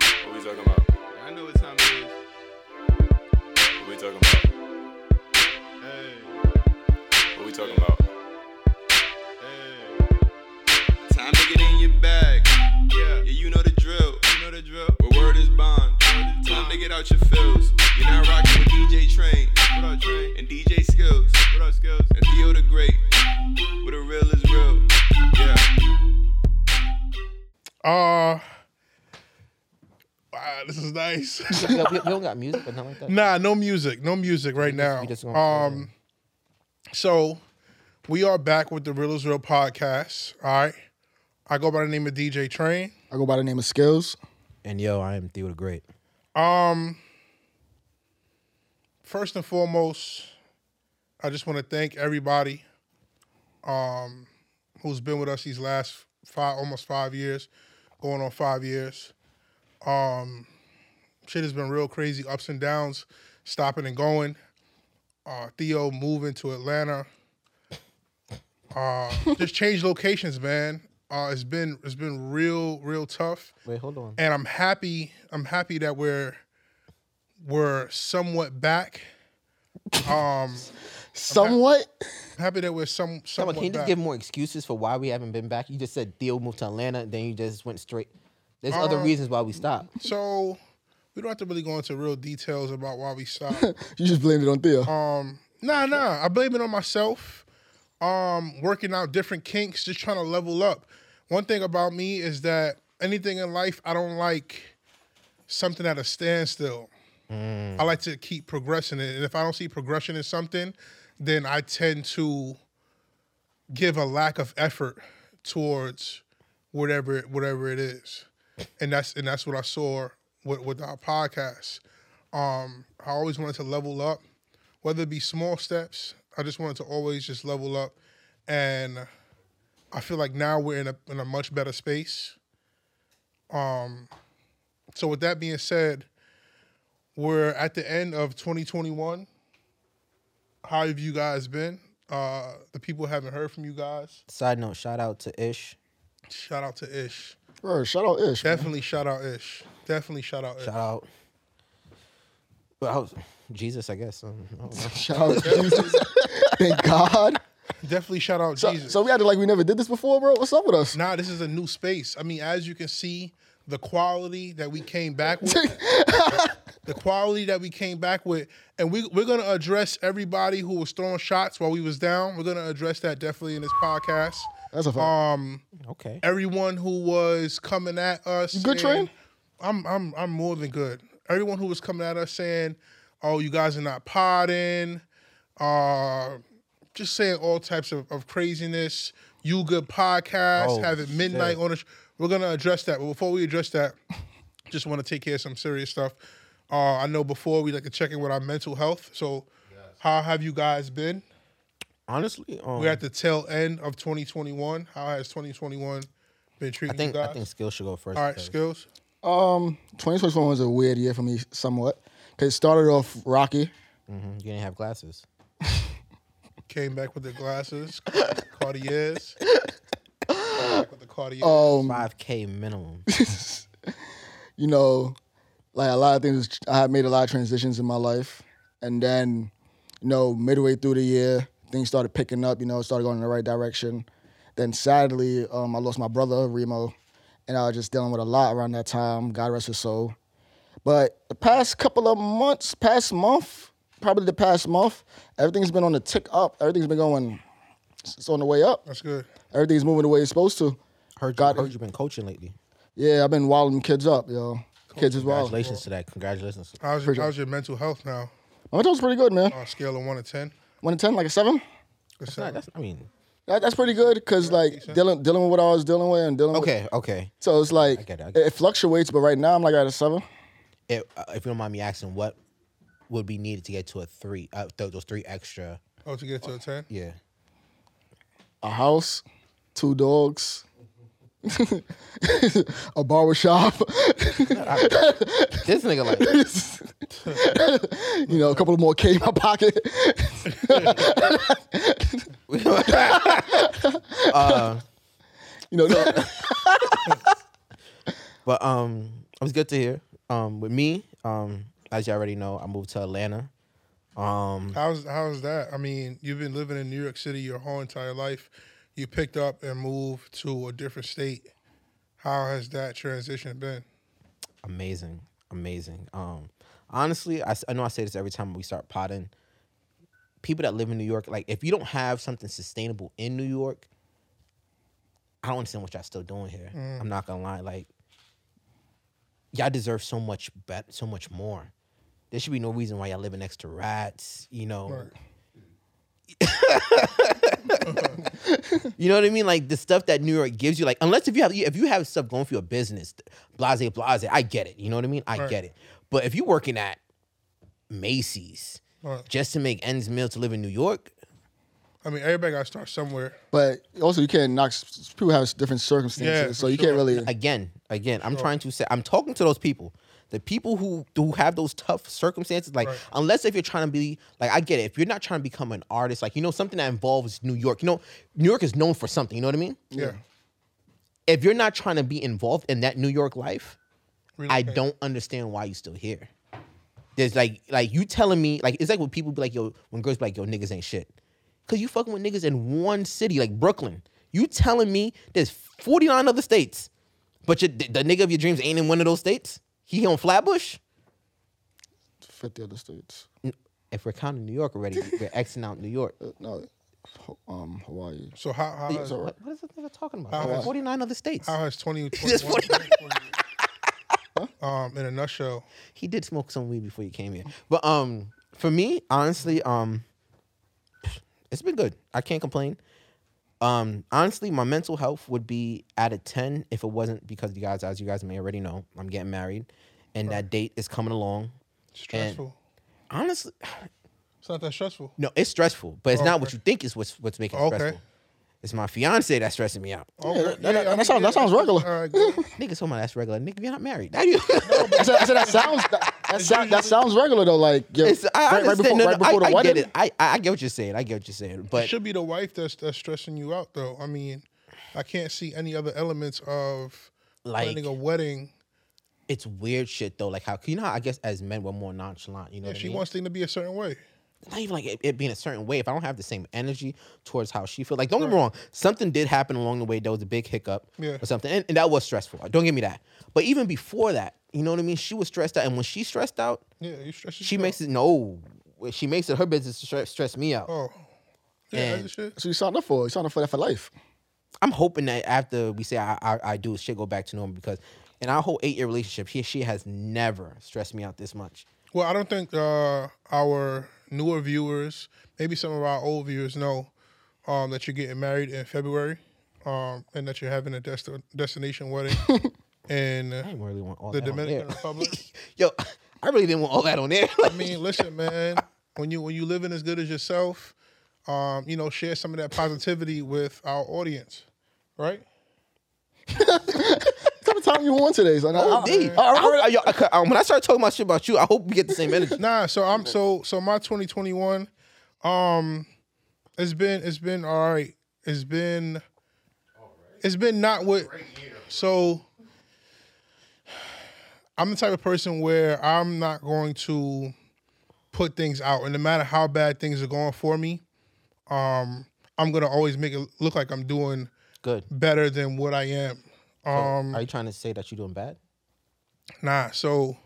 talking about? I know what time it is. What we talking about? Hey, What we talking about? hey. Time to get in your bag. Yeah, Yeah, you know the drill. you know the drill. Where word is bond. Time to get out your feels. You're not rocking with DJ Train What up, Trey? and DJ Skills What up, Skills? and Theo the Great. Where the real is real. Yeah. Uh, wow, this is nice. we, we- we don't got music, but not like that. nah, no music, no music right now. we just gonna- um, so we are back with the Real is Real podcast. All right, I go by the name of DJ Train. I go by the name of Skills. And yo, I am Theo the Great. Um, first and foremost, I just want to thank everybody um, who's been with us these last five, almost five years, going on five years. Um, shit has been real crazy, ups and downs, stopping and going. Uh, Theo moving to Atlanta. Uh, just change locations, man. Uh, it's been it's been real, real tough Wait, hold on. and I'm happy. I'm happy that we're we're somewhat back. Um, Somewhat. happy that we're some Someone, somewhat can you just back. give more excuses for why we haven't been back? You just said Theo moved to Atlanta, then you just went straight. There's other Uh, reasons why we stopped. so we don't have to really go into real details about why we stopped. You just blamed it on Theo. um, nah, nah. I blame it on myself. Um, working out different kinks, just trying to level up. One thing about me is that anything in life, I don't like something at a standstill. I like to keep progressing it. And if I don't see progression in something, then I tend to give a lack of effort towards whatever whatever it is. And that's and that's what I saw with, with our podcast. Um, I always wanted to level up, whether it be small steps, I just wanted to always just level up. And I feel like now we're in a in a much better space. Um so with that being said, we're at the end of 2021. How have you guys been? Uh, the people haven't heard from you guys. Side note, shout out to Ish. Shout out to Ish. Bro, shout out Ish. man. Definitely shout out Ish. Definitely shout out Ish. Shout out. Well, I was- Jesus, I guess. Um, I don't know. Shout out Jesus. Thank God. Definitely shout out So, Jesus. so we acted like we never did this before, bro. What's up with us? nah, this is a new space. I mean, as you can see, the quality that we came back with, the quality that we came back with, and we we're gonna address everybody who was throwing shots while we was down. We're gonna address that definitely in this podcast. That's a fact. Um, okay. everyone who was coming at us. good, saying- Tran? I'm I'm I'm more than good. Everyone who was coming at us saying, "Oh, you guys are not podding," uh, just saying all types of, of craziness. You good podcast Oh, having midnight shit. on us. We're gonna address that, but before we address that, just want to take care of some serious stuff. Uh, I know before we like to check in with our mental health. So, how have you guys been? Honestly, um, We're at the tail end of 2021. How has 2021 been treating I think you guys? I think Skill should go first. All right, because- skills. Um, 2021 was a weird year for me, somewhat. Cause it started off rocky. Mhm, You didn't have glasses. Came back with the glasses, Cartiers. Came back with the Cartiers. Um, Five K minimum. you know, like a lot of things. I had made a lot of transitions in my life, and then, you know, midway through the year, things started picking up. You know, it started going in the right direction. Then sadly, um, I lost my brother Remo, and I was just dealing with a lot around that time. God rest his soul. But the past couple of months, past month, probably the past month, everything's been on the tick up. Everything's been going. It's on the way up. That's good. Everything's moving the way it's supposed to. Heard, Got it. heard you been coaching lately. Yeah, I've been wilding kids up, yo. Kids is wild. My Congratulations to that. Congratulations. How's your, how's your mental health now? mental was pretty good, man. On a scale of one to ten. One to ten, like a seven. That's Nah, that's, I mean, That, that's pretty good because like dealing dealing with what I was dealing with and dealing. with- okay, okay. so it's like get it, I it, get fluctuates, but right now I'm like at a seven. If, uh, if you don't mind me asking, what would be needed to get to a three? Uh, th- those three extra. Oh, to get to a ten. Yeah. A house, two dogs, a barber shop, This nigga like you know, a couple more K in my pocket. uh, You know, but um, it was good to hear. Um, with me, um, as you already know, I moved to Atlanta. Um, How's how's that? I mean, you've been living in New York City your whole entire life. You picked up and moved to a different state. How has that transition been? amazing, amazing. Um, honestly, I, s- I know I say this every time we start potting. People that live in New York, like if you don't have something sustainable in New York, I don't understand what y'all still doing here. I'm not gonna lie, like y'all deserve so much bet, so much more. There should be no reason why y'all living next to rats, you know. You know what I mean? Like the stuff that New York gives you, like unless if you have if you have stuff going for your business, blase blase, I get it. You know what I mean? I Right. get it. But if you're working at Macy's Right. just to make ends meet to live in New York, I mean, everybody got to start somewhere. But also, you can't knock. s- People have different circumstances, Yeah, so for you sure. can't really. again, again, I'm trying to say I'm talking to those people. The people who who have those tough circumstances, like Right. unless if you're trying to be like I get it, if you're not trying to become an artist, like you know something that involves New York, you know New York is known for something. You know what I mean? Yeah. If you're not trying to be involved in that New York life, I Relocate. don't understand why you still here. There's like like you telling me like it's like when people be like yo when girls be like yo niggas ain't shit, cause you fucking with niggas in one city like Brooklyn. You telling me there's 49 other states, but your, the the nigga of your dreams ain't in one of those states. He on Flatbush. Fifty other states. If we're counting New York already, we're Xing out New York. Uh, No, Ho- um, Hawaii. So how how has, all right. What, what is this nigga talking about? There's is- 49 other states. how has twenty Just twenty one? um, in a nutshell, he did smoke some weed before you came here. But um, for me, honestly, um, it's been good. I can't complain. Um, honestly, my mental health would be at a ten if it wasn't because you guys, as you guys may already know, I'm getting married, and that date is coming along. stressful. Honestly, it's not that stressful. no, it's stressful, but it's not what Okay. you think is what's what's making it Okay. stressful. It's my fiance that's stressing me out. Okay. that- that- that sounds- that sounds regular. All right, good. Nigga, so my that's regular. Nigga, you're not married. How you- I said, I said that sounds that, that, sound, that sounds regular though. Like yeah, It's- I right, right understand. before, No, no, right before I, the I get wedding. it. I, I I get what you're saying. I get what you're saying. But It should be the wife that's that's stressing you out though. I mean, I can't see any other elements of Like- planning a wedding. it's weird shit though. Like how you know how I guess as men we're more nonchalant. You know, Yeah, what I she mean? wants things to be a certain way. not even like it, it being a certain way. If I don't have the same energy towards how she feels, like don't get me wrong, something did happen along the way. There was a big hiccup Yeah. or something, and, and that was stressful. Don't give me that. But even before that, you know what I mean. She was stressed out, and when she's stressed out, Yeah, you stress. she yourself. makes it no. She makes it her business to stress, stress me out. Oh, yeah, And- that's the shit. So you signed up for. it. You signed up for that for life. I'm hoping that after we say I, I, I do, shit go back to normal because in our whole eight year relationship, he she has never stressed me out this much. Well, I don't think uh, our newer viewers, maybe some of our old viewers, know um, that you're getting married in February, um, and that you're having a dest- destination wedding in I didn't really want all the that on Dominican air. Republic. Yo, I really didn't want all that on there. Like, I mean, listen, man. When you when you living as good as yourself, um, you know, share some of that positivity with our audience, right? What kind of time you on today? Son? I, I, D. I, I, I- I- yo, I cou- um, when I start talking my shit about you, I hope we get the same energy. Nah, so I'm so so my 2021 um it's been it's been all right. It's been it's been not what so I'm the type of person where I'm not going to put things out and no matter how bad things are going for me, um I'm going to always make it look like I'm doing Good. better than what I am. Um Are you trying to say that you're doing bad? Nah, so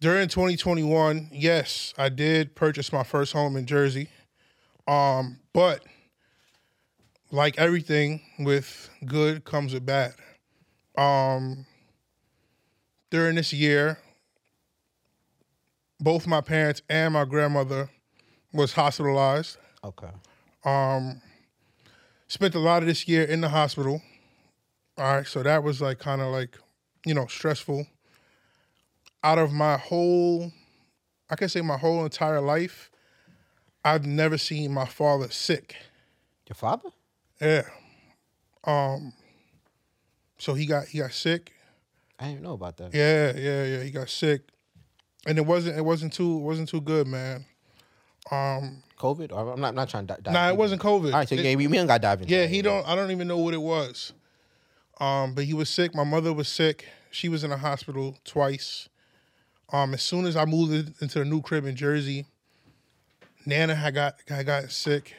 during 2021, yes, I did purchase my first home in Jersey. Um, but like everything with good comes with bad. Um during this year, both my parents and my grandmother was hospitalized. Okay. Spent a lot of this year in the hospital. All right, so that was like kind of like, you know, stressful. Out of my whole, I can say my whole entire life, I've never seen my father sick. Your father? Yeah. Um. So he got he got sick. I didn't know about that. Yeah, yeah, yeah. He got sick, and it wasn't it wasn't too it wasn't too good, man. COVID? Or I'm not, I'm not trying to di- dive. Nah, it deep. wasn't COVID. All right, so It- yeah, we, we ain't got diving. Yeah, he don't. I don't even know what it was. Um, but he was sick. My mother was sick. She was in the hospital twice. Um, Um, as soon as I moved in- into the new crib in Jersey, Nana had got had gotten sick.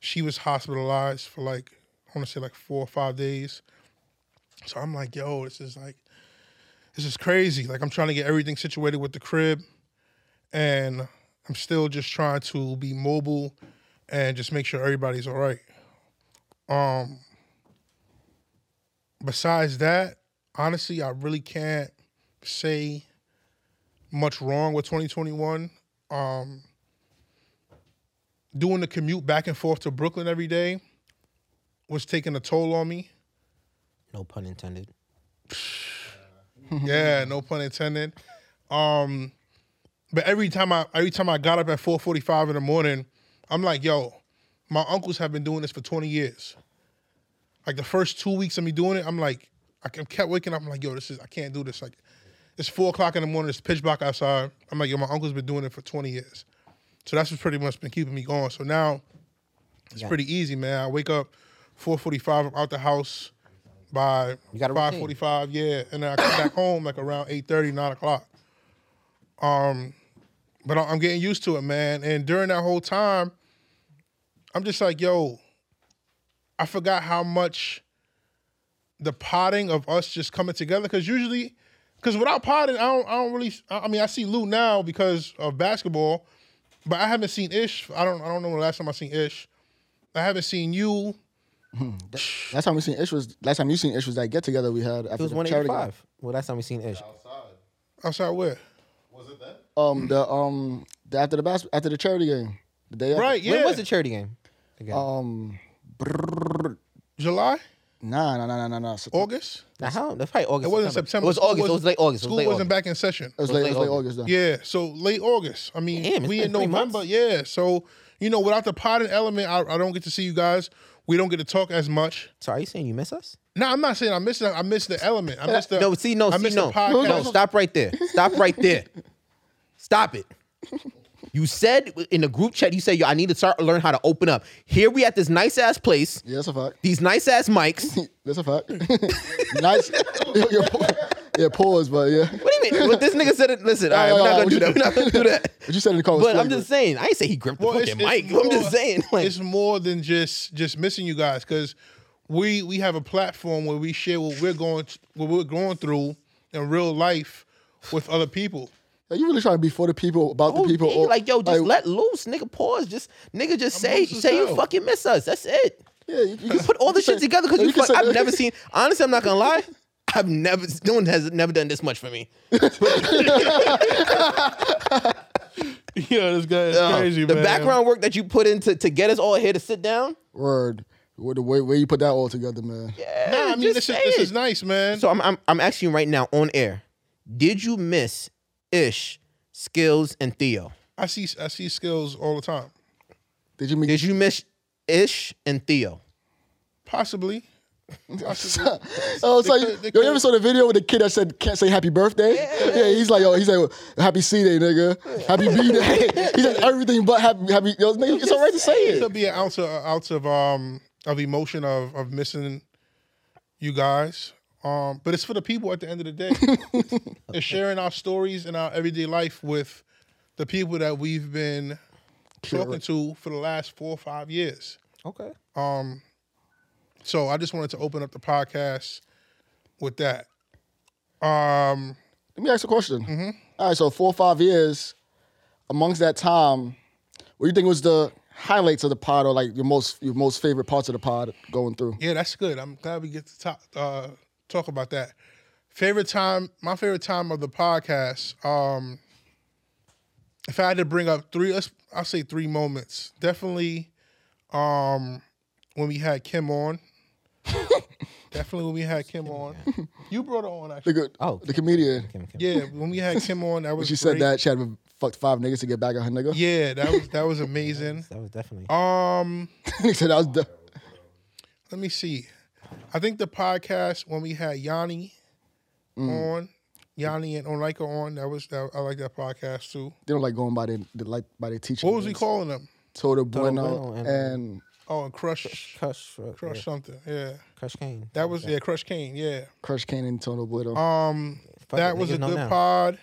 She was hospitalized for like I want to say like four or five days. So I'm like, yo, this is like, this is crazy. Like I'm trying to get everything situated with the crib, and I'm still just trying to be mobile and just make sure everybody's all right. Um, besides that, honestly, I really can't say much wrong with 2021. Um, doing the commute back and forth to Brooklyn every day was taking a toll on me. No pun intended. yeah, no pun intended. Um, but every time I every time I got up at 4:45 in the morning, I'm like, yo, my uncles have been doing this for 20 years. Like the first two weeks of me doing it, I'm like, I ke- kept waking up. I'm like, yo, this is I can't do this. Like, it's four o'clock in the morning. It's pitch black outside. I'm like, yo, my uncle's been doing it for 20 years. So that's what's pretty much been keeping me going. So now it's Yeah. pretty easy, man. I wake up 4:45. I'm out the house by You got a five routine. forty-five, yeah, and then I come back home like around 8:30, 9 o'clock. Um, but I- I'm getting used to it, man. And during that whole time, I'm just like, yo, I forgot how much the potting of us just coming together. Because usually, because without potting, I don't, I don't really. I I mean, I see Lou now because of basketball, but I haven't seen Ish. I don't, I don't know the last time I seen Ish. I haven't seen you. Last time we seen Ish was last time you seen Ish was that get together we had. It After was the charity. 185. Well, last time we seen Ish. Outside. Outside where? Was it that? Um, the um, the, after the bas- after the charity game, the day after. Right, yeah. When was the charity game? Again. Um, July, nah, nah, nah, nah, nah, nah. It was August. now, how? That's probably August. It wasn't September. It was School August. it was late August. School it was late wasn't August. back in session. late, it was late August though. Yeah, so late August. I mean, Damn, it's we been in three November. months. Yeah, so you know, without the potting element, I, I don't get to see you guys. We don't get to talk as much. So are you saying you miss us? No, I'm not saying I miss that. I miss the element. I miss the No, see, no, I see, miss no. the podcast. No, stop right there. Stop right there. Stop it. You said in the group chat, you said, yo, I need to start to learn how to open up. Here we at this nice ass place, Yeah, that's a fact. these nice ass mics. That's a fact. nice. yeah, yeah, pa- yeah, pause, but yeah. What do you mean? Well, this nigga said it. Listen, all right, we're not gonna do that. We're not gonna do that. What you said in the call was But I'm flagrant. just saying, I ain't say he gripped the Well, fucking mic. I'm just saying, like, it's more than just just missing you guys because we we have a platform where we share what we're going what we're going through in real life with other people. Are you really trying to be for the people, about oh, the people? yeah, or- like, yo, just let loose, nigga. Pause. Just nigga, just say, loose as say you hell. fucking miss us. That's it. Yeah, you, you can put all the shit say- together because yeah, you, can fuck, say- I've never seen. Honestly, I'm not gonna lie. I've never. No one has never done this much for me. Yeah, this guy is Uh, the background work that you put into to get us all here to sit down. Word. Where the way where you put that all together, man. Yeah, Nah, I mean eh, just this is, say this it. is nice, man. So I'm, I'm I'm asking you right now on air. Did you miss Ish, Skills, and Theo? I see I see skills all the time. Did you meet? Did you miss Ish and Theo? Possibly. Possibly. oh, so They you, could- they yo, you ever could- saw the video with the kid that said can't say happy birthday? Yeah, he's like, yo, he's like, happy C day, nigga, happy B day. he said everything but happy, happy. Yo, nigga, it's all right to say There'll it. be an ounce of an ounce of um of emotion of of missing you guys. Um, but it's for the people at the end of the day. it's sharing our stories and our everyday life with the people that we've been talking to for the last four or five years. Okay. So I just wanted to open up the podcast with that. Um, Let me ask you a question. Mm-hmm. All right, so four or five years, amongst that time, what do you think was the highlights of the pod, or like your most your most favorite parts of the pod going through? yeah, that's good. I'm glad we get to talk uh, talk about that. Favorite time, my favorite time of the podcast. Um, if I had to bring up three, let's- I'll say three moments. Definitely, um, when we had Kim on. Definitely when we had Kim on. You brought her on actually. The good, Oh, the comedian. Kim, Kim. Yeah, when we had Kim on, that was. She said great. that she had fucked five niggas to get back at her nigga. Yeah, that was that was amazing. That was definitely. Um, he said that was the. let me see. I think the podcast when we had Yanni Mm. on, Yanni and Onika on, that was that. I like that podcast too. They don't like going by their they like by their teacher. What was we calling them? Total Bueno Bueno and- and uh, Oh, and Crush, Crush, uh, Crush yeah, something. Yeah, Crush Kane. that was yeah, Crush Kane. Yeah. Crush Kane and Total Bueno. Um, Fuck that it, was a niggas know good now. pod.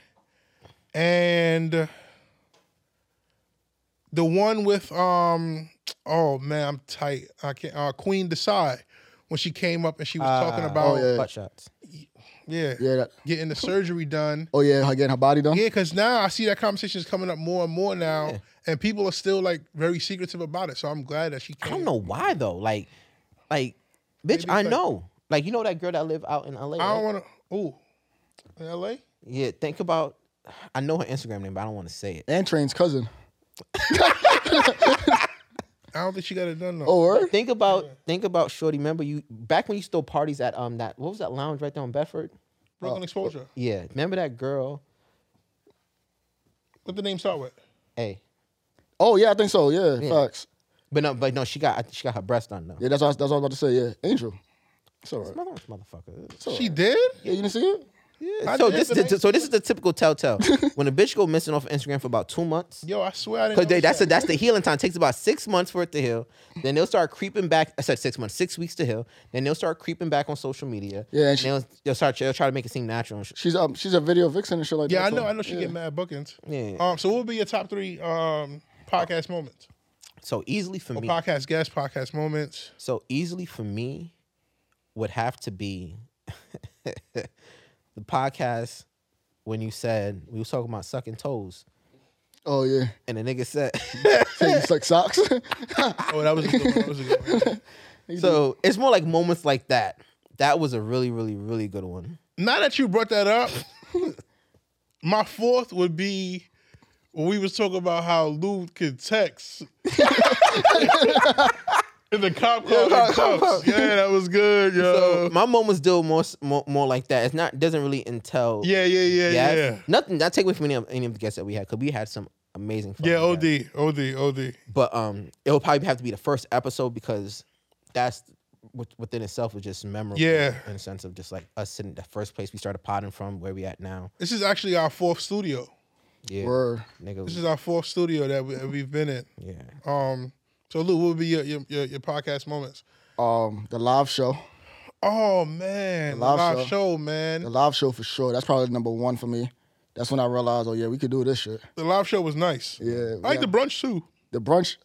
and the one with um oh man I'm tight I can't uh, Queen Desai when she came up and she was Ah. talking about yeah. Oh, butt shots. yeah, Yeah. That, getting the surgery done oh yeah, her getting her body done. yeah because now I see that conversation is coming up more and more now and people are still like very secretive about it so I'm glad that she I came don't know why though. Like, like, bitch, I know. Like, you know that girl that live out in LA. I right? don't want to ooh in L A yeah, think about. I know her Instagram name, but I don't want to say it. And Train's cousin. I don't think she got it done though Oh, Or Think about, think about, shorty. Remember you back when you stole parties at um that what was that lounge right there on Bedford? Brooklyn Exposure Yeah, remember that girl? what the name start with Hey, oh yeah, I think so. Yeah, facts. but no, but no, she got I think she got her breast done though. Yeah, that's what I, that's what I was about to say. Yeah, Angel. It's all right. Mother- motherfucker. she did Yeah, you didn't see it? Yeah, I so did this the is the, next so this is the typical telltale when a bitch go missing off Instagram for about two months. yo I swear I didn't Cause know they, this that's shit. a, that's the healing time. takes about six months for it to heal. Then they'll start creeping back. I said six months, six weeks to heal. Then they'll start creeping back on social media. Yeah, and she- they'll, they'll start. They'll try to make it seem natural. And sh- She's um she's a video vixen and shit like Yeah, I that. know. so- I know she yeah. get mad bookings. Yeah. Um. So what would be your top three um podcast moments? so easily for Or Uh, me. podcast guests, podcast moments. So easily for me would have to be the podcast when you said we was talking about sucking toes, Oh yeah. and the nigga said. Say you suck socks. Oh, that was a good one. That was a good one. so it's more like moments like that. That was a really, really, really good one. Now that you brought that up, my fourth would be when we was talking about how Lou could text. In the cop car, yeah, yeah, that was good, yo. So my moments deal more, s- more more like that. It's not doesn't really entail. yeah, yeah, yeah, yes. Nothing. Not take away from any of any of the guests that we had because we had some amazing. fucking yeah, yeah. guests. Od, od, od. But um, it will probably have to be the first episode because that's with- within itself was just memorable. Yeah. In a sense of just like us sitting the first place we started potting from where we at now. This is actually our fourth studio. Yeah. Word. Nigga. This is our fourth studio that, we, that we've been in. yeah. Um, so Lou, what would be your your, your, your podcast moments? Um the live show. Oh man, the live, live show. show. man. The live show for sure. That's probably number one for me. That's when I realized, oh yeah, we could do this shit. The live show was nice. I Yeah, like yeah. the brunch too. The brunch,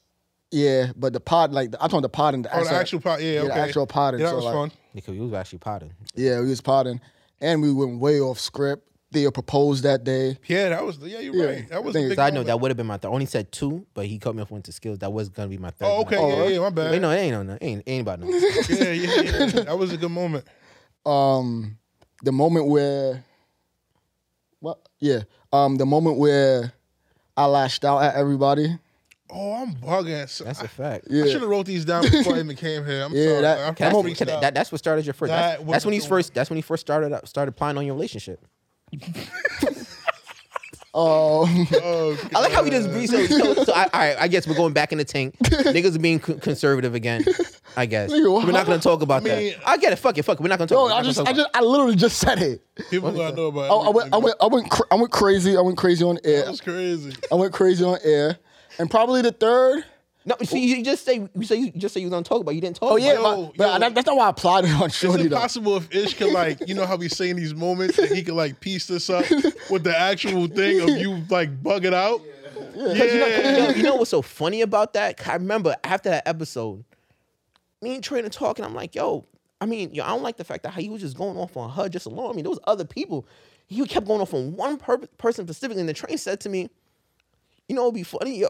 yeah, but the pod, like I'm talking the pod and the, Oh, the actual pod. Yeah, yeah, the okay. actual pod. Yeah, that so, was like, fun. Nigga, we was actually potting. Yeah, we was podding, and we went way off script. Theo proposed that day. Yeah, that was. Yeah, you're Yeah, right. That was. the a thing big is, So I know moment. that would have been my third. Only said two, but he cut me off one to skills. That was gonna be my third. Oh, okay. one. yeah, yeah, my Wait, bad. no, it ain't on that. Ain't ain't about no. yeah, yeah, yeah. That was a good moment. Um, the moment where, what? Yeah, um, the moment where I lashed out at everybody. Oh, I'm bugging. So That's a fact. I Yeah, should have wrote these down before I even came here. I'm Yeah, sorry. that- I'm Can I- freestyling. can I- that- that's what started your first. That That's, was that's when the you first. That's when you first started up- started planning on your relationship. oh, Oh, I like how we just breeze. So, so, so I, all right, I guess we're going back in the tank. Niggas are being co- conservative again. I guess Nigga, what? we're not gonna talk about mean- that. I get it. Fuck it. Fuck it. We're not gonna talk. no, we're not I gonna just, talk I about just, I literally just said it. people gotta know about. I, I went, I went, I went, cra- I went crazy. I went crazy on air. That was crazy. I went crazy on air, and probably the third. it. No, see, you just say you say you just say you was gonna talk about. it. You didn't talk. Oh yeah, about Yo, but, but yo. that- that's not why I applied it on Is Shorty it though. possible if Ish could like, you know how we say in these moments that he could like piece this up with the actual thing of you like bugging out? Yeah. it. Yo, you know what's so funny about that? 'Cause I remember after that episode, me and Trey were talking. I'm like, yo, I mean, yo, I don't like the fact that how he was just going off on her just alone. I mean, there was other people. He kept going off on one per- person specifically, and the train said to me, you know, it'd be funny, yo.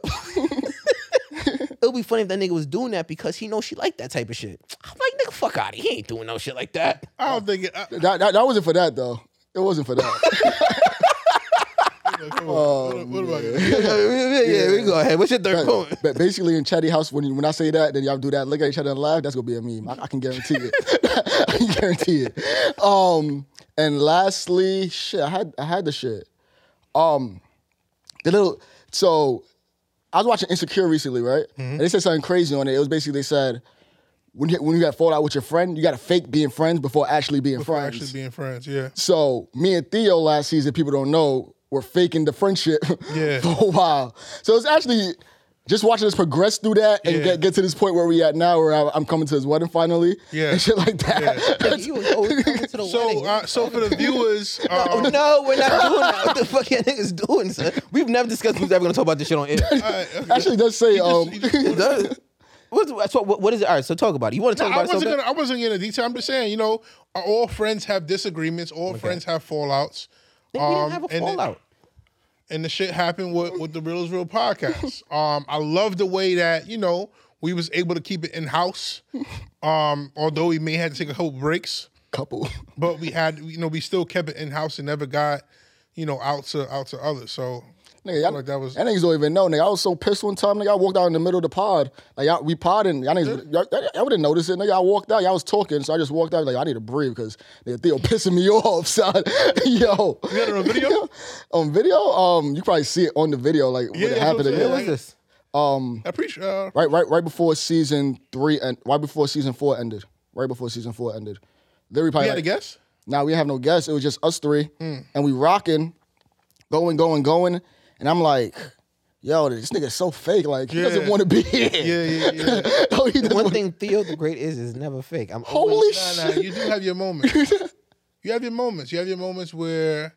it'd be funny if that nigga was doing that because he knows she liked that type of shit. I'm like, nigga, fuck out. He ain't doing no shit like that. I don't think it. I, I- That, that that wasn't for that though. It wasn't for that. come on. what, what about you? yeah, yeah, yeah, we go ahead. What's your third point? but basically, in Chatty House, when you, when I say that, then y'all do that. Look at each other and laugh. That's gonna be a meme. I, I can guarantee it. I can guarantee it. Um, and lastly, shit, I had I had the shit. Um, the little so I was watching Insecure recently, right? Mm-hmm. And they said something crazy on it. It was basically they said. When you, when you got fallout with your friend, you got to fake being friends before actually being Before friends. actually being friends, yeah. So me and Theo last season, people don't know, were faking the friendship Yeah. for a while. So it's actually just watching us progress through that and Yeah. get, get to this point where we at now, where I, I'm coming to his wedding finally, Yeah. and shit like that. You was always coming to the So, wedding. uh, so for the viewers, Oh, um, no, we're not doing that. What the fuck y'all niggas doing, son? We've never discussed who's ever gonna talk about this shit on air. Actually, it does say um, It does. What's, so what, what is it? All right, so talk about it. You want to talk I about it? wasn't so bad? gonna. I wasn't gonna detail. I'm just saying, you know, uh, all friends have disagreements. All friends have fallouts. Nigga, we didn't have a um, and it- fallout. and the shit happened with, with the Real is Real podcast. Um, I love the way that you know we was able to keep it in house, um, although we may had to take a couple breaks, couple. but we had you know we still kept it in house and never got you know out to out to others. So I Nigga, feel y'all, like that was that niggas don't even know, nigga. I was so pissed one time, nigga. I walked out in the middle of the pod. Like, y'all, we podding. Y'all niggas, y'all, y'all, y'all didn't notice it, nigga. I walked out. Y'all was talking, so I just walked out. Like, I need to breathe because nigga, Theo pissing me off, son. Yo. You had it on video? on video? Um, you probably see it on the video, like, Yeah, what that's what happened. I'm to saying. What me. was this? I appreciate. Uh, Right, right, right before season three and right before season four ended. Right before season four ended. Literally probably you had like- a guess? now we have no guests. It was just us three, Hmm. and we rocking, going, going, going. And I'm like, yo, this nigga's so fake. Like he doesn't Yeah. want to be here. Yeah, Yeah, yeah, yeah. oh, he doesn't One wanna- thing Theo the Great is is never fake. I'm Holy always, shit! nah, nah, you do have your moments. you have your moments. You have your moments where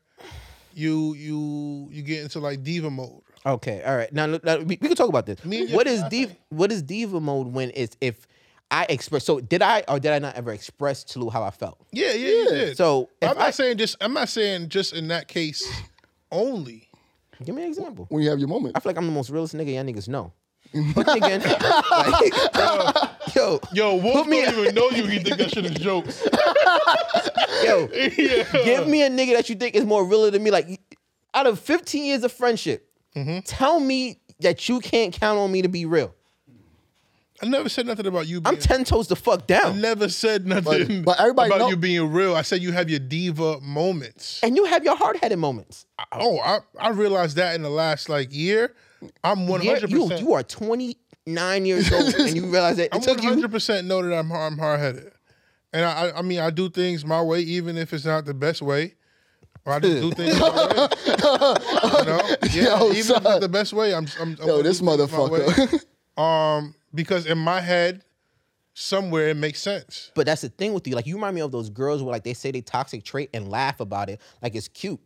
you you you get into like diva mode. Okay, all right. Now, look, now, we, we can talk about this. Me and your What is div- What is diva mode when it's if I express? So did I or did I not ever express to Lou how I felt? Yeah, yeah, you did. So if I'm not I- saying just. I'm not saying just in that case only. Give me an example. when you have your moment. I feel like I'm the most realist nigga y'all niggas know. But then again, like, yo, Yo, Wolf Put me- don't even know you. He think that shit is jokes. yo, yeah. give me a nigga that you think is more realer than me. Like, out of 15 years of friendship, Mm-hmm. tell me that you can't count on me to be real. I never said nothing about you. I'm Being, ten toes the fuck I down, never said nothing. but everybody about know- you being real. I said you have your diva moments. and you have your hard headed moments. Oh, I I realized that in the last like year. I'm 100. You're- You you percent are 29 years old, and you realize that it I'm took you. 100 percent know that I'm I'm hard headed, and I, I I mean I do things my way even if it's not the best way. Or I just do things my way. you know? Yeah, Yo, even if it's not son. the best way, I'm. I'm I'm Yo, gonna this do things my way. motherfucker. Um, because in my head, somewhere it makes sense. But that's the thing with you. Like you remind me of those girls where like they say they toxic trait and laugh about it, like it's cute.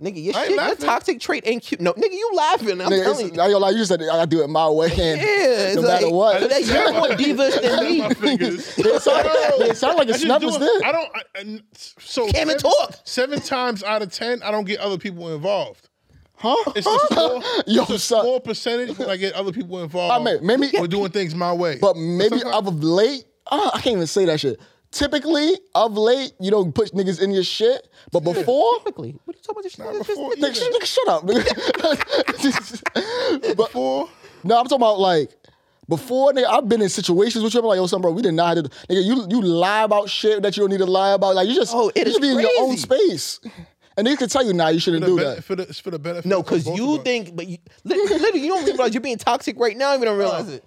Nigga, your I ain't shit, your laughing. toxic trait ain't cute. No, nigga, you laughing. I'm Nigga, telling it's, you. I, yo, like you said, I gotta do it my way, and Yeah, it's no like, matter what. So that you're more divas than me. My fingers. it sound like, it sound like a I just snub do is it- there. I don't. I, and so Can't seven- even talk. Seven times out of ten, I don't get other people involved. Huh? It's a small, Yo, it's a son. small percentage when I get other people involved. I Oh. mean, maybe- we're doing things my way. But maybe of late, uh, I can't even say that shit. Typically, of late, you don't put niggas in your shit, but before, Quickly, what are you talking about? This shit? Nah, It's before just- you- Nigga, sh- nigga, shut up, nigga. but, Before- no, I'm talking about like before, nigga. I've been in situations with you. I'm like, yo, son, bro, we did not have to. Nigga, you you lie about shit that you don't need to lie about. Like you just, Oh, it you is just be in your own crazy. space, and they could tell you, nah, you shouldn't for the do be- that. for the it's for the benefit. No, of because both you of us. think, but you, li- literally, you don't realize you're being toxic right now. You don't realize it.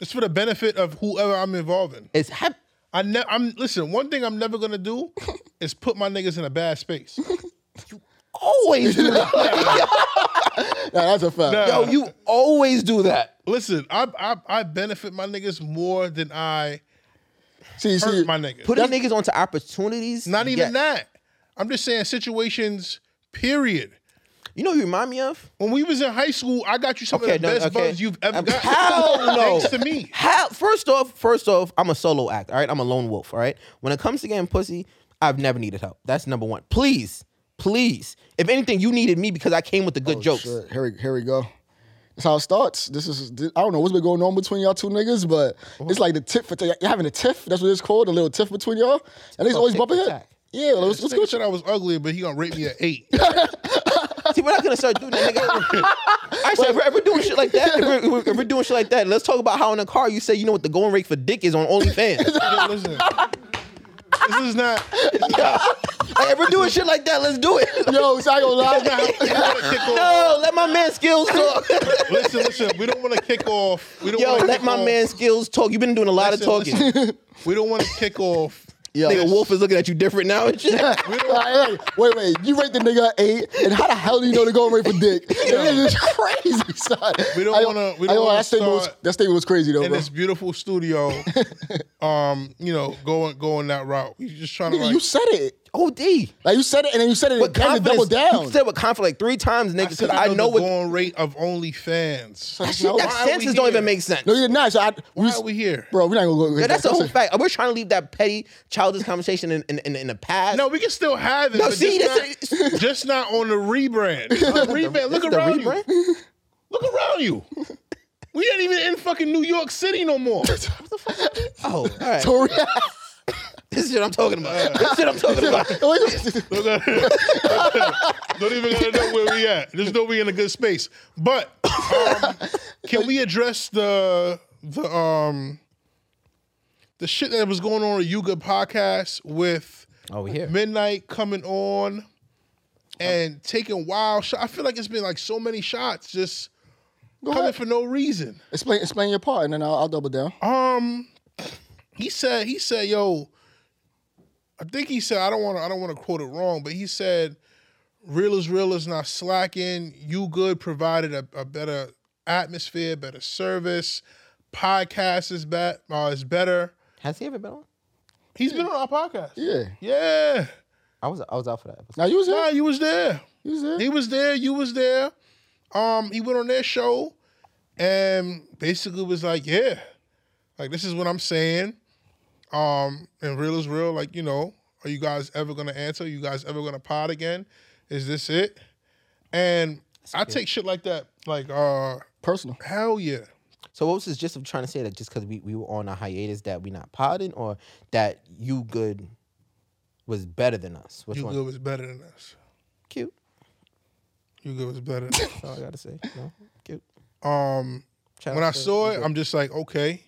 it's for the benefit of whoever I'm involving. It's hap- I ne- I'm listen. One thing I'm never gonna do is put my niggas in a bad space. always do that. Nah, that's a fact. Nah. Yo, you always do that. Listen, I, I I benefit my niggas more than I See, see, hurt my niggas. Putting niggas onto opportunities. Not even yeah. that. I'm just saying situations. Period. You know, who you remind me of When we was in high school, I got you some Okay, of the no, best okay. buns you've ever Um, got. hell no. Thanks to me. how. First off, first off, I'm a solo act. All right, I'm a lone wolf. All right, when it comes to getting pussy, I've never needed help. That's number one. Please, please. If anything, you needed me because I came with the good jokes. Shit, here we here we go. That's how it starts. This is thi- I don't know what's been going on between y'all two niggas, but it's like the tip for t- y'all having a tiff. That's what it's called, a little tiff between y'all. And he's Oh, always tit bumping for head. tat. Yeah, let's, This let's nigga go. said I was ugly, but he gonna rate me at eight. See, we're not gonna start doing that, nigga. I said, if we're, if we're doing shit like that, if we're, if we're doing shit like that, let's talk about how in the car you say you know what the going rate for dick is on OnlyFans. Yo, listen, this is not. like, if we're doing shit like that, let's do it. Yo, it's not gonna lie. We don't wanna kick off. No, let my man skills talk. Listen, listen. We don't want to kick off. We don't Yo, wanna let kick my off. man skills talk. You've been doing a lot of Listen, talking. listen. We don't want to kick off Yo. Nigga, Wolf is looking at you different now and shit. Like, hey, wait, wait. You rate the nigga eight, and how the hell do you know the going rate for dick? It is crazy, son. We don't I- wanna- we I- don't wanna that statement was- start- That statement was crazy though, in bro. this beautiful studio, um, you know, going going that route. You're just trying to Nigga, like, you said it. OD. Like you said it, and then you said it But again to double Oh, confidence, down. you said with confidence like three times, nigga. I, said Because I, know the what going rate of OnlyFans. That shit, No, that why are we sentence don't even here? make sense. no, you're not. So I, we, Why are we here? bro, we're not gonna go. Yeah, that's a whole fact. We're trying to leave that petty, childish conversation in, in, in, in the past. No, we can still have it. No, but see, just, that's not, just not on the rebrand. On the rebrand. Look It's the around rebrand. you. Look around you. We ain't even in fucking New York City no more. Oh, all right. Tory. this is what I'm talking about. This is what I'm talking about. Look at- Don't even gotta know where we at. Just know we in a good space. But um, can we address the the um the shit that was going on with You Good podcast with Oh, we here. Midnight coming on and taking wild shots? I feel like it's been like so many shots just coming ahead. for no reason. explain, explain your part, and then I'll, I'll double down. Um, he said he said, "Yo, I think he said I don't want to I don't want to quote it wrong, but he said, real is real is not slacking. You good provided a, a better atmosphere, better service. Podcast is bet uh, is better. Has he ever been on? He's been on our podcast. Yeah. Yeah, I was I was out for that. Episode. Now you was nah, there. you was there. You was there. He was there. You was there. Um, he went on their show, and basically was like, "Yeah, like this is what I'm saying." Um, and real is real. Like you know, are you guys ever gonna answer? Are you guys ever gonna pod again? Is this it? And I take shit like that. Like, uh, Personal. hell yeah. So what was this just of trying to say that just because we, we were on a hiatus that we not podding or that you good was better than us? Which You one? good was better than us. Cute. You good was better. Than us. That's all I gotta say. No, cute. Um, Shout when out I to saw You it, Good. I'm just like, okay.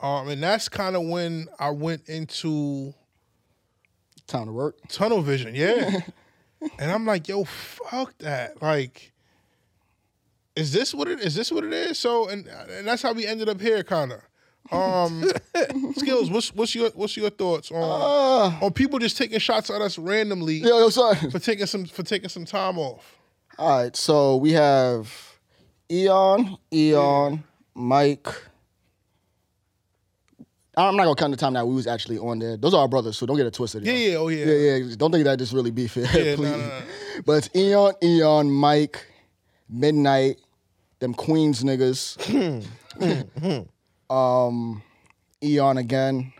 Um, and that's kind of when I went into Time to work. tunnel vision, yeah. and I'm like, yo, fuck that. Like, is this what it is? This what it is? So, and and that's how we ended up here, kinda. Um, skills. What's what's your what's your thoughts on Uh, on people just taking shots at us randomly yo, yo, son. for taking some for taking some time off? All right, so we have Eon, Eon, Mike. I'm not gonna count the time that we was actually on there. Those are our brothers, so don't get it twisted. Yeah, yo. yeah, oh yeah, yeah, yeah. Don't think that just really beef here, Yeah, please. nah, nah, nah. But it's Eon, Eon, Mike, Midnight, them Queens niggas. um, Eon again.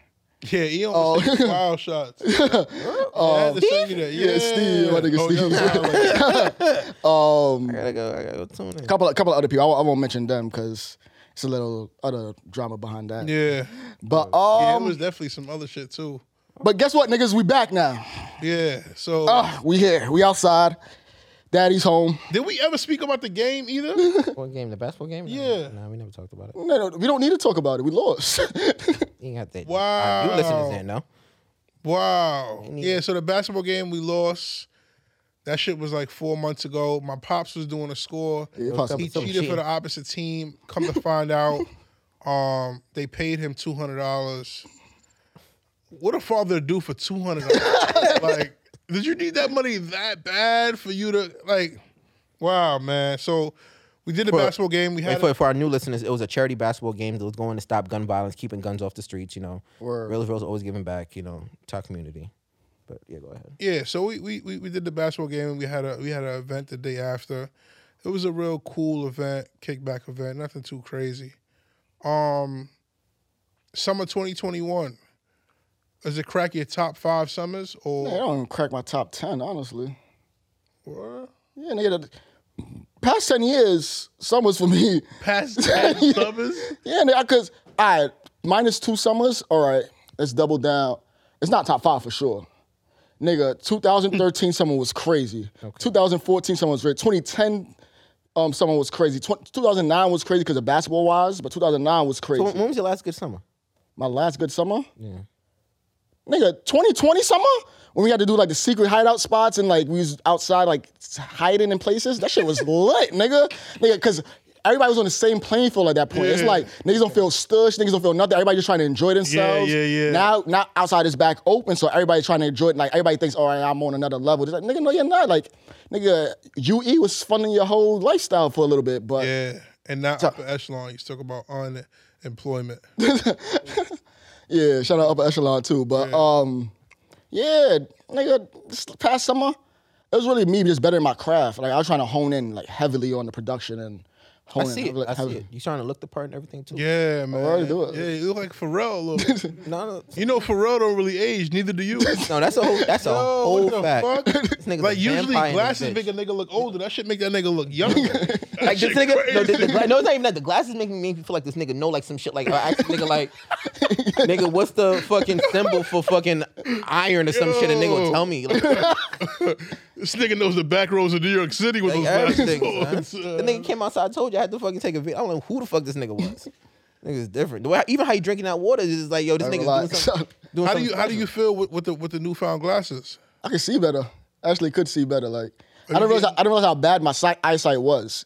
yeah. He almost Oh. took wild shots. oh, I had to send you that. Yeah, Yeah, Steve, my nigga Oh, yeah, nah, like, Steve. I gotta go. I gotta go tune in. Couple, couple of other people. I, won't- I won't mention them because it's a little other drama behind that. yeah. But Yeah, um, it was definitely some other shit too. But guess what, niggas? We back now. Yeah. So Ah, we here. We outside. Daddy's home. Did we ever speak about the game either? What game? The basketball game? Yeah. No, we never talked about it. You No, no, we don't need to talk about it. We lost. ain't got that. Wow. You listeners there, no? wow. Any- Yeah, so the basketball game we lost. That shit was like four months ago. My pops was doing a score. Your pops- He Some cheated for cheating. the opposite team. Come to find out, um, they paid him two hundred dollars. What a father to do for two hundred dollars? like, did you need that money that bad for you to like? Wow, man. So we did the basketball game. We Wait, had for, for our new listeners, it was a charity basketball game that was going to stop gun violence, keeping guns off the streets. You know, Word. real is real is always giving back. You know, to our community. But yeah, go ahead. Yeah, so we, we we we did the basketball game and we had a we had an event the day after. It was a real cool event, kickback event, nothing too crazy. Um summer 2021. Is it crack your top 5 summers or Man, I don't even crack my top ten, honestly. What? Yeah, nigga. the- Past ten years, summers for me. past 10 summers? Yeah, nigga, cause all right, minus two summers. All right, let's double down. It's not top five for sure. Nigga, 2013 summer was crazy. 2014 summer was great. 2010 um summer was crazy. Tw- 2009 was crazy because of basketball wise, but 2009 was crazy. So when, when was your last good summer? My last good summer? Yeah. Nigga, 2020 summer? When we had to do like the secret hideout spots and like we was outside like hiding in places. That shit was lit, nigga. Nigga, cause everybody was on the same playing field at that point. It's Yeah. like niggas don't feel stush, niggas don't feel nothing. Everybody just trying to enjoy themselves. yeah, yeah. Now, now outside is back open, so everybody's trying to enjoy it. Like everybody thinks, all right, I'm on another level. It's like, nigga, no, you're not. Like, nigga, UE was funding your whole lifestyle for a little bit, but Yeah, and not upper echelon. You talk about unemployment. Yeah, shout out Upper Echelon too. But um, yeah, nigga, this past summer, it was really me just bettering my craft. Like I was trying to hone in like heavily on the production and I hone see in. it. I see heavily- it. You trying to look the part and everything too? Yeah, man. already do it. Yeah, you look like Pharrell a little bit. No, no, You know Pharrell don't really age, neither do you. no. That's a whole. That's a Yo, whole what the fact. fuck? This nigga's like a usually vampire in this glasses bitch. make a nigga look older. That shit make that nigga look younger. Like this nigga, no, the, the, gla- no, it's not even that. The glasses making me feel like this nigga know like some shit. Like, I asked this nigga, like, nigga, what's the fucking symbol for fucking iron or some shit? And nigga Yo. will tell me. Like, like this nigga knows the back roads of New York City with those everything. son. glasses. The nigga came outside. I told you I had to fucking take a video. I don't know who the fuck this nigga was. Nigga's different. The way, even how you drinking that water is just like, yo, this Like, nigga's doing relax. something. Doing How do something you how do you feel with, with the with the newfound glasses? I could see better. I actually could see better. Like I you don't realize getting- how, I don't realize how bad my sight, eyesight was.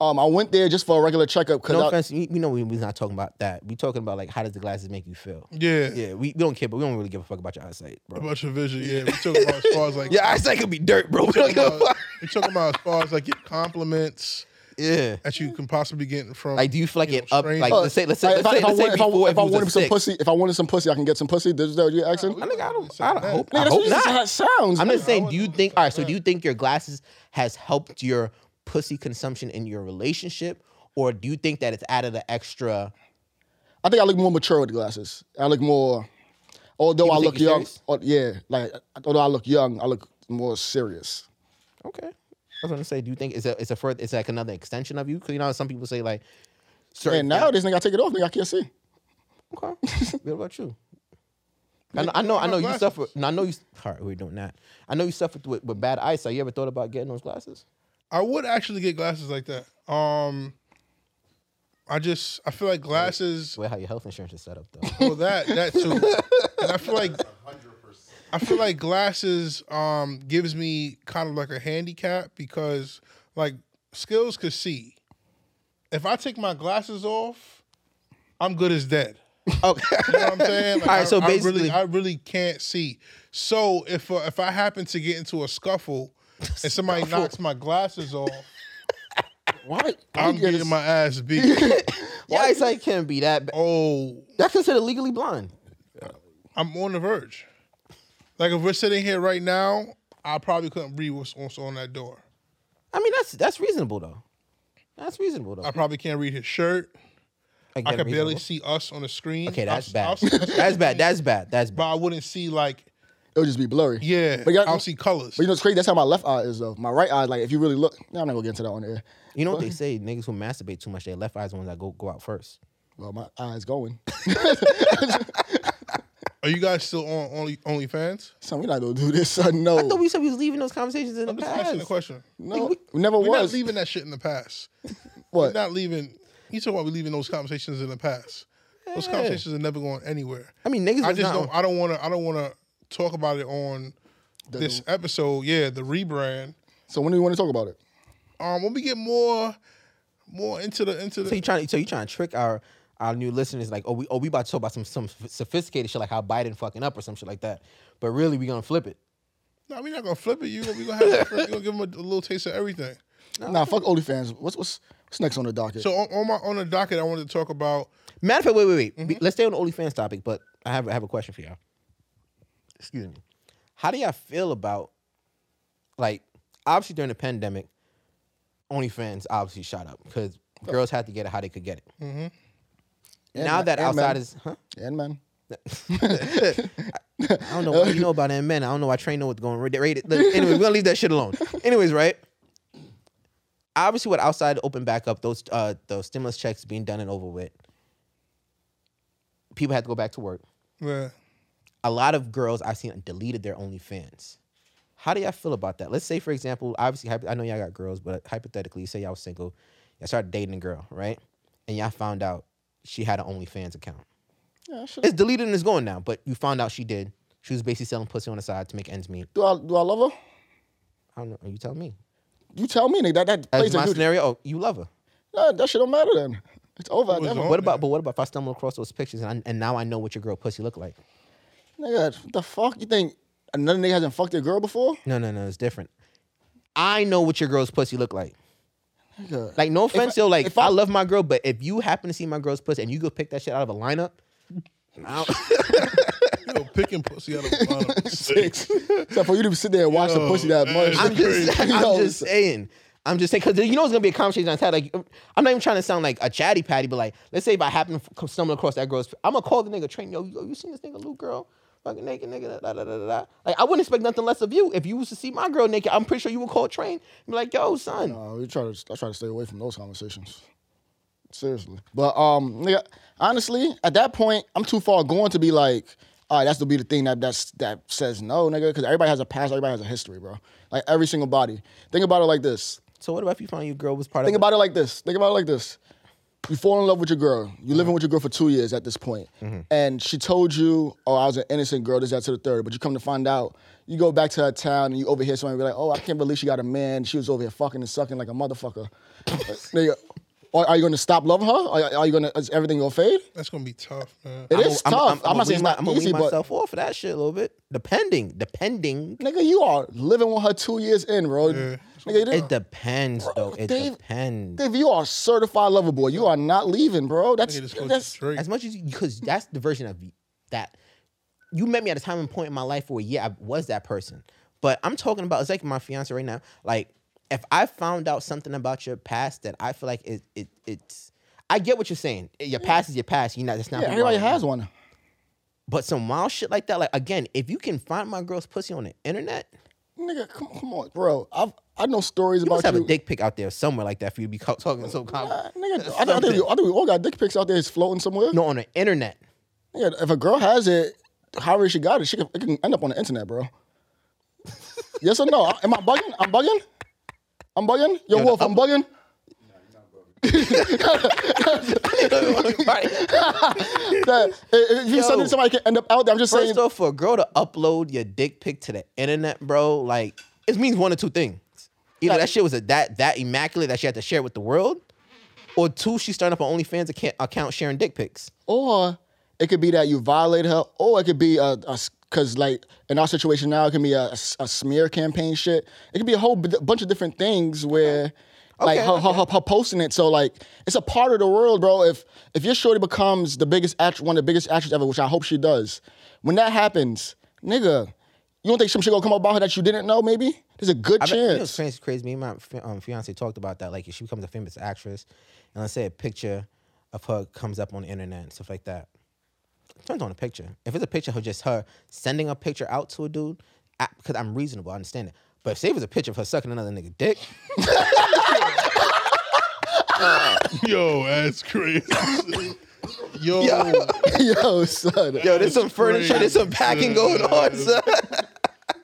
Um, I went there just for a regular checkup because No offense, we, we know we, we're not talking about that. We're talking about like how does the glasses make you feel? Yeah. yeah. We, we don't care, but we don't really give a fuck about your eyesight, bro. About your vision, yeah. We talking about as far as like uh, Your eyesight could be dirt, bro. We don't give a fuck. we talking about as far as like your compliments Yeah. that you can possibly get from. Like, do you feel like You it know, up? strange- Like, Uh, let's say, let's say, if let's I, say, if I let's say want- if I, before if I if it was a wanted some six. pussy, if I wanted some pussy, I can get some pussy. This is what you're asking. I Nigga, think I don't. I don't hope. I that's hope just not. how it sounds. I'm just saying. Do you think? All right. So, do you think your glasses has helped your pussy consumption in your relationship, or do you think that it's added an extra? I think I look more mature with the glasses. I look more, although I People think look you're young. serious? oh, yeah, like although I look young, I look more serious. Okay. I was gonna say. Do you think it's a it's a further it's like another extension of you? Because you know how some people say like. Certain And now this nigga, I take it off, nigga, I can't see. Okay. what about you? I know, I know, I know you glasses. suffer. no, I know you. All right, we're doing that. I know you suffered with, with bad eyesight. You ever thought about getting those glasses? I would actually get glasses like that. Um, I just I feel like glasses. The way how your health insurance is set up, though. Well, that that too. and I feel like I feel like glasses um gives me kind of like a handicap because like skills could see. If I take my glasses off, I'm good as dead. okay. You know what I'm saying? Like, All right, so I, I basically- really, I really can't see. So if uh, if I happen to get into a scuffle and somebody knocks my glasses off, Why? I'm why you getting guys- my ass beat. Your eyesight can't be that. Bad. oh, That's considered legally blind. I'm on the verge. Like if we're sitting here right now, I probably couldn't read what's what's on that door. I mean, that's that's reasonable though. That's reasonable though. I probably can't read his shirt. Like, I that could barely reasonable. see us on the screen. Okay, that's I'll- bad. I'll see- that's bad. That's bad. That's but bad. I wouldn't see like It would just be blurry. yeah. But, you I'll got, see colors. but you know, it's crazy. That's how my left eye is though. My right eye, like if you really look, nah, I'm not gonna get into that on air. You know what they say? Niggas who masturbate too much, their left eyes the ones that go go out first. Well, my eye's going. Are you guys still on Only OnlyFans? Son, we not gonna do this. Son, no, I thought we said we was leaving those conversations in the I'm just asking the past. question. no, we never We're not was. leaving that shit in the past. What? We're not leaving. You talking about we leaving those conversations in the past? Those conversations are never going anywhere. I mean, niggas. I was just not don't. on- I don't want to. I don't want to talk about it on this episode. Yeah, the rebrand. So when do you want to talk about it? Um, when we get more, more into the into So the. you trying? So you trying to trick our our new listeners? Like, oh, we oh we about to talk about some some sophisticated shit like how Biden fucking up or some shit like that. But really, we gonna flip it. No, we're not gonna flip it. You we gonna have we gonna give them a, a little taste of everything. Nah, fuck OnlyFans. What's what's what's next on the docket? So on, on my on the docket, I wanted to talk about. Matter of fact, wait, wait, wait. Be- Let's stay on the OnlyFans topic, but I have I have a question for y'all. Excuse me. How do y'all feel about like obviously during the pandemic, OnlyFans obviously shot up because girls had to get it how they could get it. And now ma- that and outside men. is, huh? and man, I don't know what you know about that men. I don't know why Trey know what's going rated. rated. Look, anyway, we're gonna leave that shit alone. Anyways, right? Obviously, with outside open back up, those uh those stimulus checks being done and over with, people had to go back to work. Yeah. a lot of girls I've seen deleted their OnlyFans. How do y'all feel about that? Let's say, for example, obviously, hypo- I know y'all got girls, but hypothetically, say y'all was single, y'all started dating a girl, right? And y'all found out she had an OnlyFans account. yeah, I should. It's deleted and it's gone now, but you found out she did. She was basically selling pussy on the side to make ends meet. Do I do I love her? I don't know. You tell me. You tell me, nigga. That that That's plays a my huge. scenario. Oh, you love her. Nah, that shit don't matter then. It's over at was that on? point. What about? But what about if I stumble across those pictures and, I, and now I know what your girl pussy look like? Nigga, what the fuck? You think another nigga hasn't fucked a girl before? No, no, no. It's different. I know what your girl's pussy look like. Nigga. Like no offense, yo. Like if I, I- love my girl, but if you happen to see my girl's pussy and you go pick that shit out of a lineup, I don't- Yo, picking pussy out of a bottle. Six. Except for you to sit there and watch the Yo, pussy that much. I'm just, I'm You know, just saying. I'm just saying because you know it's gonna be a conversation I had. Like I'm not even trying to sound like a chatty patty, but like let's say if I happen to f- stumble across that girl's, I'm gonna call the nigga train. Yo, yo, you seen this nigga Luke girl? Fucking naked, nigga. Da, da, da, da, da. Like I wouldn't expect nothing less of you if you was to see my girl naked. I'm pretty sure you would call train. and be like, yo, son. Uh, we try to I try to stay away from those conversations. Seriously. But um nigga, honestly, at that point, I'm too far gone to be like, all right, that's to be the thing that that's that says no, nigga, because everybody has a past, everybody has a history, bro. Like every single body. Think about it like this. So what about if you find your girl was part Think of? the- about it like this. Think about it like this. You fall in love with your girl. You're living with your girl for two years at this point. Mm-hmm. And she told you, oh, I was an innocent girl, this, that, to the third. But you come to find out, you go back to her town and you overhear someone be like, oh, I can't believe she got a man. She was over here fucking and sucking like a motherfucker. Nigga, are, are you gonna stop loving her? Are, are you gonna, is everything gonna fade? That's gonna be tough, man. It I'm is a- I'm a- tough. I'm, I'm, not saying it's not I'm easy, wean but myself off of that shit a little bit. Depending, depending. nigga, you are living with her two years in, bro. Nigga, you It didn't- depends, though. It Dave- depends. Dave, you are a certified lover boy. You are not leaving, bro. That's, Nigga, this goes that's straight. as much as because that's the version of that you met me at a time and point in my life where yeah i was that person but i'm talking about it's like my fiance right now like if i found out something about your past that i feel like it, it it's i get what you're saying Eh, your past is your past you're not that's not yeah, who you are everybody right has now. one. but some wild shit like that like again if you can find my girl's pussy on the internet Nigga, come, come on, bro. I've I know stories you about must have you. a dick pic out there somewhere like that for you to be co- talking so Nah, calm nigga, I, think- I think we, I think we all got dick pics out there. It's floating somewhere. no on the internet Nigga, if a girl has it, however she got it, she can, it can end up on the internet, bro. yes or no? Am I bugging? I'm bugging. I'm bugging. Yo, Yo, Wolf, no, I'm bugging. That- if if you send it Yo. to somebody, it can end up out there. I'm just saying. First off, for a girl to upload your dick pic to the internet, bro, like it means one of two things. Either that shit was a, that that immaculate that she had to share with the world, or two, she's starting up an OnlyFans account, account sharing dick pics. Or it could be that you violate her, or it could be a, because like in our situation now, it can be a, a s- a smear campaign shit. It could be a whole b- bunch of different things where. Like Okay, her, her, her, her posting it, so like it's a part of the world, bro. If if your shorty becomes the biggest act, one of the biggest actors ever, which I hope she does, when that happens, nigga, you don't think some shit gonna come up about her that you didn't know? Maybe there's a good I bet- You know, chance. it's crazy, crazy. Me and my fi- um, fiance talked about that. Like, if she becomes a famous actress, and let's say a picture of her comes up on the internet and stuff like that, it depends on the picture. If it's a picture of just her sending a picture out to a dude, because I'm reasonable, I understand it. But say it was a picture of her sucking another nigga dick, Yo, that's crazy. Yo, Yo, son. yo, there's some furniture, crazy, there's some packing going on, son.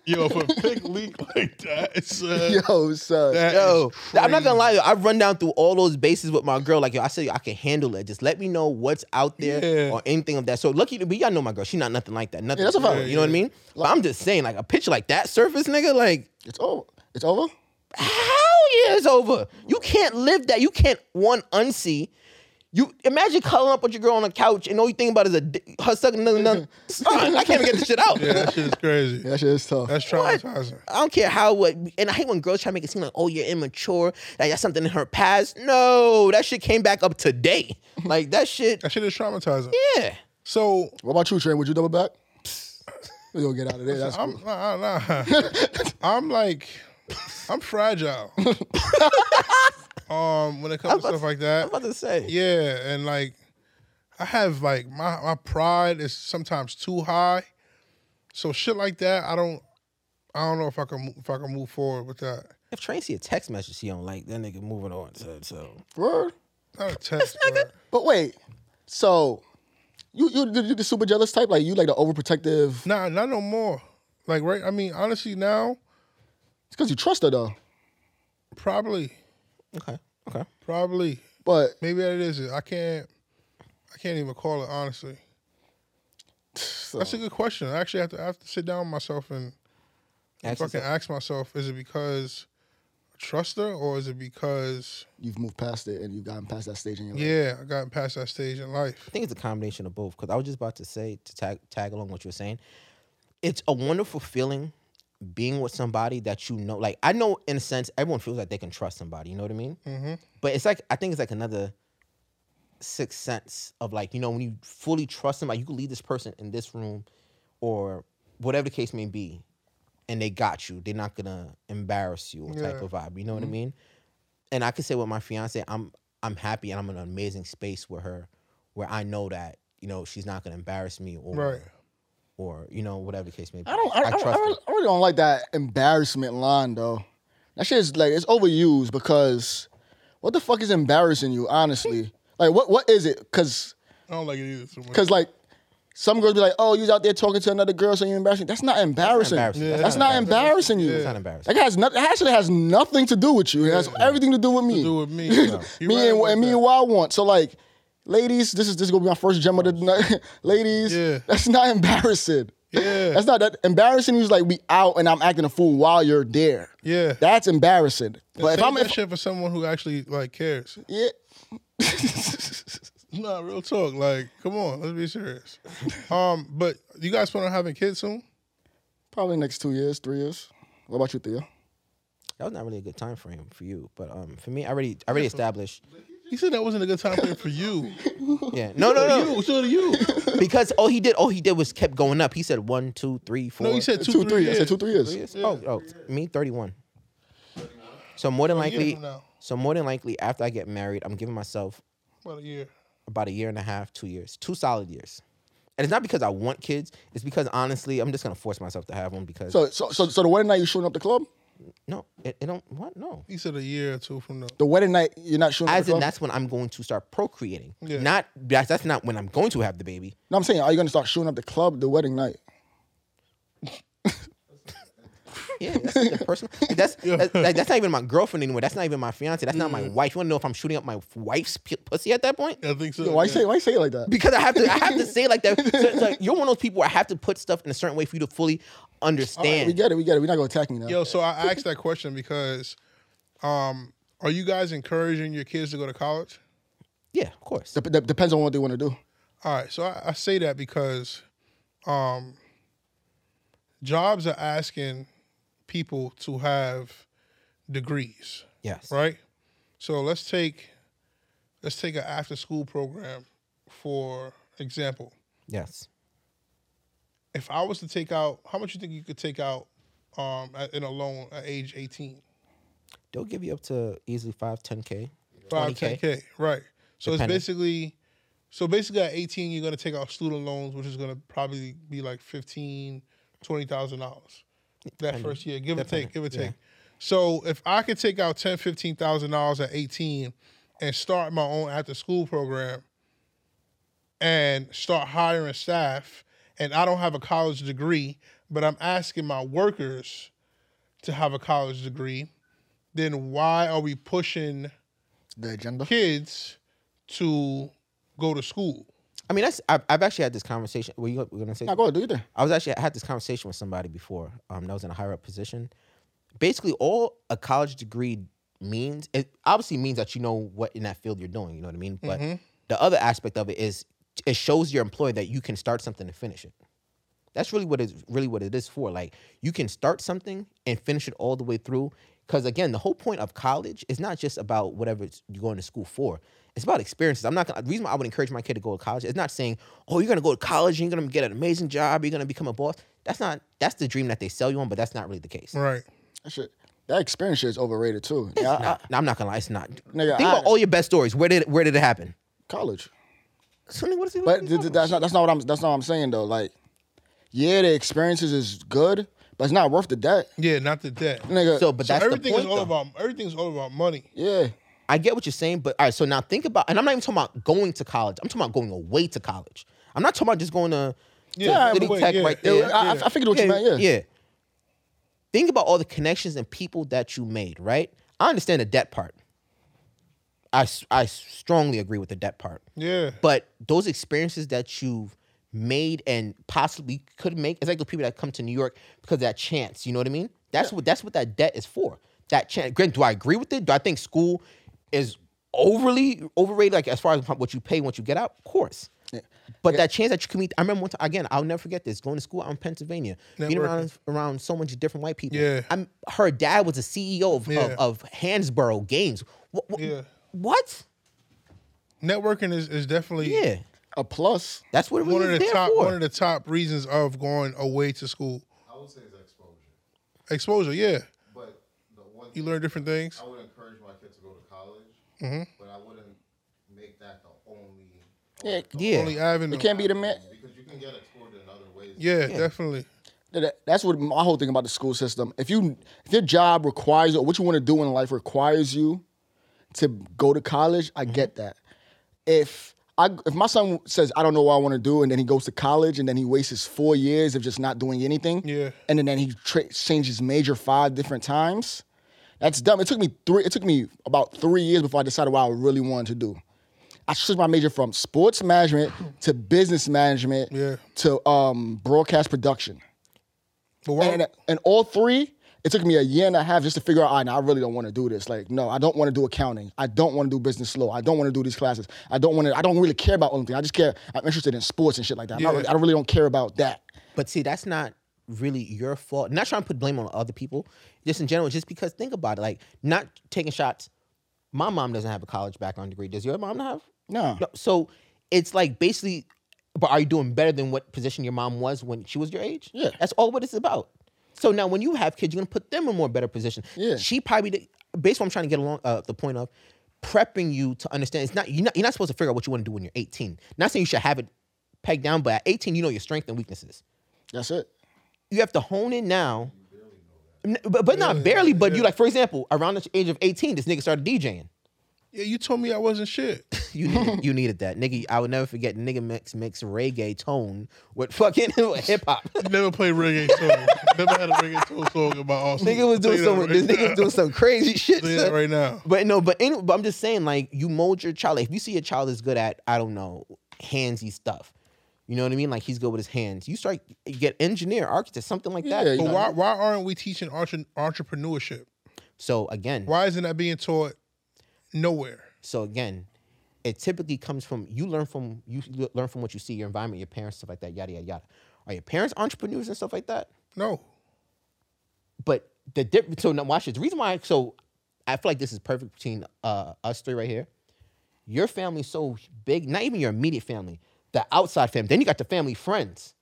yo, if a pig leak like that, it's, uh, Yo, son. that Yo, is I'm not crazy. gonna lie, yo, I've run down through all those bases with my girl. Like, yo, I said, yo, I can handle it. Just let me know what's out there Yeah. or anything of that. So lucky to be, y'all know my girl. She not nothing like that. Nothing. that's a like fact. that, You know what I mean? But I'm just saying, like a picture like that surface, nigga. Like, It's over. It's over. hell yeah, it's over. You can't live that. You can't one unsee. You imagine cuddling up with your girl on the couch and all you think about is a dick- her sucking another. another Son, I can't even get this shit out. Yeah, that shit is crazy. That shit is tough. That's traumatizing. I don't care how what and I hate when girls try to make it seem like, oh, you're immature, that that's something in her past. No, that shit came back up today. Like that shit, That shit is traumatizing. yeah. So What about you, Train? Would you double back? We gonna get out of there. That's I'm cool. nah, nah. nah. I'm like, I'm fragile. um, when it comes to stuff like I'm that, about to say. yeah, and like, I have like my my pride is sometimes too high, so shit like that, I don't, I don't know if I can mo- if I can move forward with that. If Tracy a text message she don't like, then they can move it on. So, so. Word. Not a test, bro. But wait, so you you you the super jealous type? Like you like the overprotective? Nah, not no more. Like right, I mean, honestly, now It's because you trust her though. probably, Okay, okay. probably, But maybe that is it. I can't, I can't even call it honestly. That's a good question. I actually have to I have to sit down with myself and Ask fucking yourself. ask myself: Is it because I trust her, or is it because You've moved past it and you've gotten past that stage in your life. yeah, I gotten past that stage in life? I think it's a combination of both. Because I was just about to say to tag tag along what you were saying. It's a wonderful feeling being with somebody that you know. Like I know, in a sense, everyone feels like they can trust somebody. You know what I mean? Mm-hmm. But it's like I think it's like another sixth sense of like you know when you fully trust somebody, you can leave this person in this room or whatever the case may be, and they got you. They're not gonna embarrass you type Yeah. of vibe. You know what I mean? and I can say with my fiance, I'm I'm happy and I'm in an amazing space with her, where I know that you know she's not gonna embarrass me or Right. or you know whatever the case may be. I don't. I, I, trust I, really, her. I really don't like that embarrassment line though. That shit is like it's overused because what the fuck is embarrassing you? Honestly, like what what is it? Because I don't like it either. Too much. because like some girls be like, oh, you was out there talking to another girl, so you're embarrassing. That's not embarrassing. That's embarrassing. not, Yeah. embarrassing. you. It's not embarrassing. That has not, that actually has nothing to do with you. It has everything to do with me. do with me. You me right and, about and me that. and what I want. So like, ladies, this is this is gonna be my first gem of the night. ladies, Yeah. that's not embarrassing. Yeah. that's not that embarrassing. Is like we out and I'm acting a fool while you're there. Yeah. that's embarrassing. But if Save I'm that if, shit for someone who actually like cares. yeah, Nah, real talk. Like, come on, let's be serious. Um, but you guys plan on having kids soon? probably next two years, three years. What about you, Theo? That was not really a good time frame for you, but um for me, I already I already established. You said that wasn't a good time frame for you. Yeah, no, no, no, You, so do you. because all he did all he did was kept going up. He said one, two, three, four. No, you said two, Two, three. three. I years. said two, three years. Yes. Oh, oh, me thirty one. So more than a year likely, from now. so more than likely after I get married, I'm giving myself About a year. about a year and a half, two years, two solid years. And it's not because I want kids. It's because honestly, I'm just gonna force myself to have one because So, so, so, so the wedding night you shooting up the club? no, it, it don't what no. You said a year or two from now. The wedding night you're not shooting up As the in, club? that's when I'm going to start procreating. Yeah. Not that's that's not when I'm going to have the baby. no, I'm saying, are you gonna start shooting up the club the wedding night? Yeah, that's the personal. That's that's, like, that's not even my girlfriend anymore. That's not even my fiance. That's not my wife. You wanna know if I'm shooting up my wife's p- pussy at that point? I think so. Why you yeah. say why you say it like that? Because I have to, I have to say it like that. So it's like, you're one of those people where I have to put stuff in a certain way for you to fully understand. We get it, we get it. We're not gonna attack me now. Yo, so I asked that question because, um, are you guys encouraging your kids to go to college? yeah, of course. Dep- dep- depends on what they want to do. All right, so I, I say that because, um, jobs are asking people to have degrees. yes. right? So let's take let's take an after school program for example. Yes. If I was to take out, how much you think you could take out um, at- in a loan at age 18? They'll give you up to easily five, ten k, 5, 20K. 10K, right. So Depending. it's basically, so basically at 18, you're going to take out student loans, which is going to probably be like 15, $20,000 that first year, give or take, give or take. So if I could take out 10, $15,000 at 18 and start my own after school program and start hiring staff, and I don't have a college degree, but I'm asking my workers to have a college degree, then why are we pushing? The agenda. kids to go to school. I mean, that's I've, I've actually had this conversation. Were you were you gonna say? Now go ahead, do your thing. I was actually I had this conversation with somebody before. Um, that was in a higher up position. Basically, all a college degree means it obviously means that you know what in that field you're doing. You know what I mean? But the other aspect of it is it shows your employer that you can start something and finish it. That's really what it's really what it is for. Like you can start something and finish it all the way through. Because again, the whole point of college is not just about whatever it's- you're going to school for. It's about experiences. I'm not gonna, the reason why I would encourage my kid to go to college. It's not saying, oh, you're gonna go to college, you're gonna get an amazing job, you're gonna become a boss. That's not that's the dream that they sell you on, but that's not really the case. Right. That shit. That experience shit is overrated too. Yeah, I- I- Nah, Uh, I'm not gonna lie, it's not. Nigga, Think about I- all your best stories. Where did it, where did it happen? college. Something. What is it? what But are you th- talking th- about? that's not that's not what I'm that's not what I'm saying though. Like, yeah, the experiences is good, but it's not worth the debt, Yeah, not the debt. nigga. so, but So that's everything the is point, all though. about everything's all about money. yeah, I get what you're saying, but all right, so now think about, and I'm not even talking about going to college. I'm talking about going away to college. I'm not talking about just going to Yeah, City away, Tech yeah, right yeah, there. I, I, I figured what you meant. Yeah, yeah. Think about all the connections and people that you made, right? I understand the debt part. I, s- I strongly agree with the debt part. Yeah. But those experiences that you've made and possibly could make, it's like the people that come to New York because of that chance. You know what I mean? That's what that's what that debt is for. that chance. Grant, do I agree with it? Do I think school is overly overrated? Like as far as what you pay once you get out, of course. But that chance that you can meet, I remember one time again. I'll never forget this. Going to school out in Pennsylvania, being around around so much different white people. Yeah. I'm, her dad was a CEO of Yeah. of, of Hansborough Games. What? What? Yeah. what? Networking is, is definitely Yeah, A plus. that's what it one was of the there top for. one of the top reasons of going away to school. I would say it's exposure. Exposure, yeah. But the one You thing learn different things. I would encourage my kids to go to college, but I wouldn't make that the only Yeah, yeah, Only avenue. it can't be the man. because you can get exposure in other ways. Yeah, definitely. that- that's what my whole thing about the school system. If you if your job requires or what you want to do in life requires you to go to college, I Mm-hmm. get that. If I if my son says I don't know what I want to do and then he goes to college and then he wastes his four years of just not doing anything, Yeah. and then, then he tra- changes major five different times, that's dumb. It took me three. It took me about three years before I decided what I really wanted to do. I switched my major from sports management to business management Hmm. Yeah. to um, broadcast production But why, uh, and, and all three, it took me a year and a half just to figure out, all right, now I really don't want to do this. Like, no, I don't want to do accounting. I don't want to do business law. I don't want to do these classes. I don't want to. I don't really care about anything. I just care. I'm interested in sports and shit like that. I'm not Yeah. really, I really don't care about that. But see, that's not really your fault. Not trying to put blame on other people. Just in general, just because think about it, like not taking shots. My mom doesn't have a college background degree. Does your mom not have? No. No. So it's like basically, but are you doing better than what position your mom was when she was your age? Yeah. That's all what it's about. So now when you have kids, you're gonna put them in more better position. Yeah. She probably did, based on what I'm trying to get along uh, the point of prepping you to understand it's not you're not you're not supposed to figure out what you want to do when you're 18. Not saying you should have it pegged down, but at 18 you know your strengths and weaknesses That's it. you have to hone in now. N- But, but not barely, but you like, for example, around the age of 18, this nigga started DJing. yeah, you told me I wasn't shit. You needed, you needed that. Nigga, I would never forget nigga mix mix reggae tone with fucking hip hop. You never played reggae song. never had a reggae soul song about all. nigga was doing some this nigga was doing some crazy shit. Say son. that right now. But no, but any, but I'm just saying, like, you mold your child. Like, if you see a child is good at, I don't know, handsy stuff. You know what I mean? Like he's good with his hands. You start you get engineer, architect, something like that. Yeah, you But know- why why aren't we teaching entre- entrepreneurship? So again, Why isn't that being taught nowhere? So again, it typically comes from you learn from you l- learn from what you see, your environment, your parents, stuff like that, yada yada yada. Are your parents entrepreneurs and stuff like that? No. But the dip, so now watch this. The reason why so I feel like this is perfect between uh, us three right here. Your family's so big, not even your immediate family, the outside family. Then you got the family friends.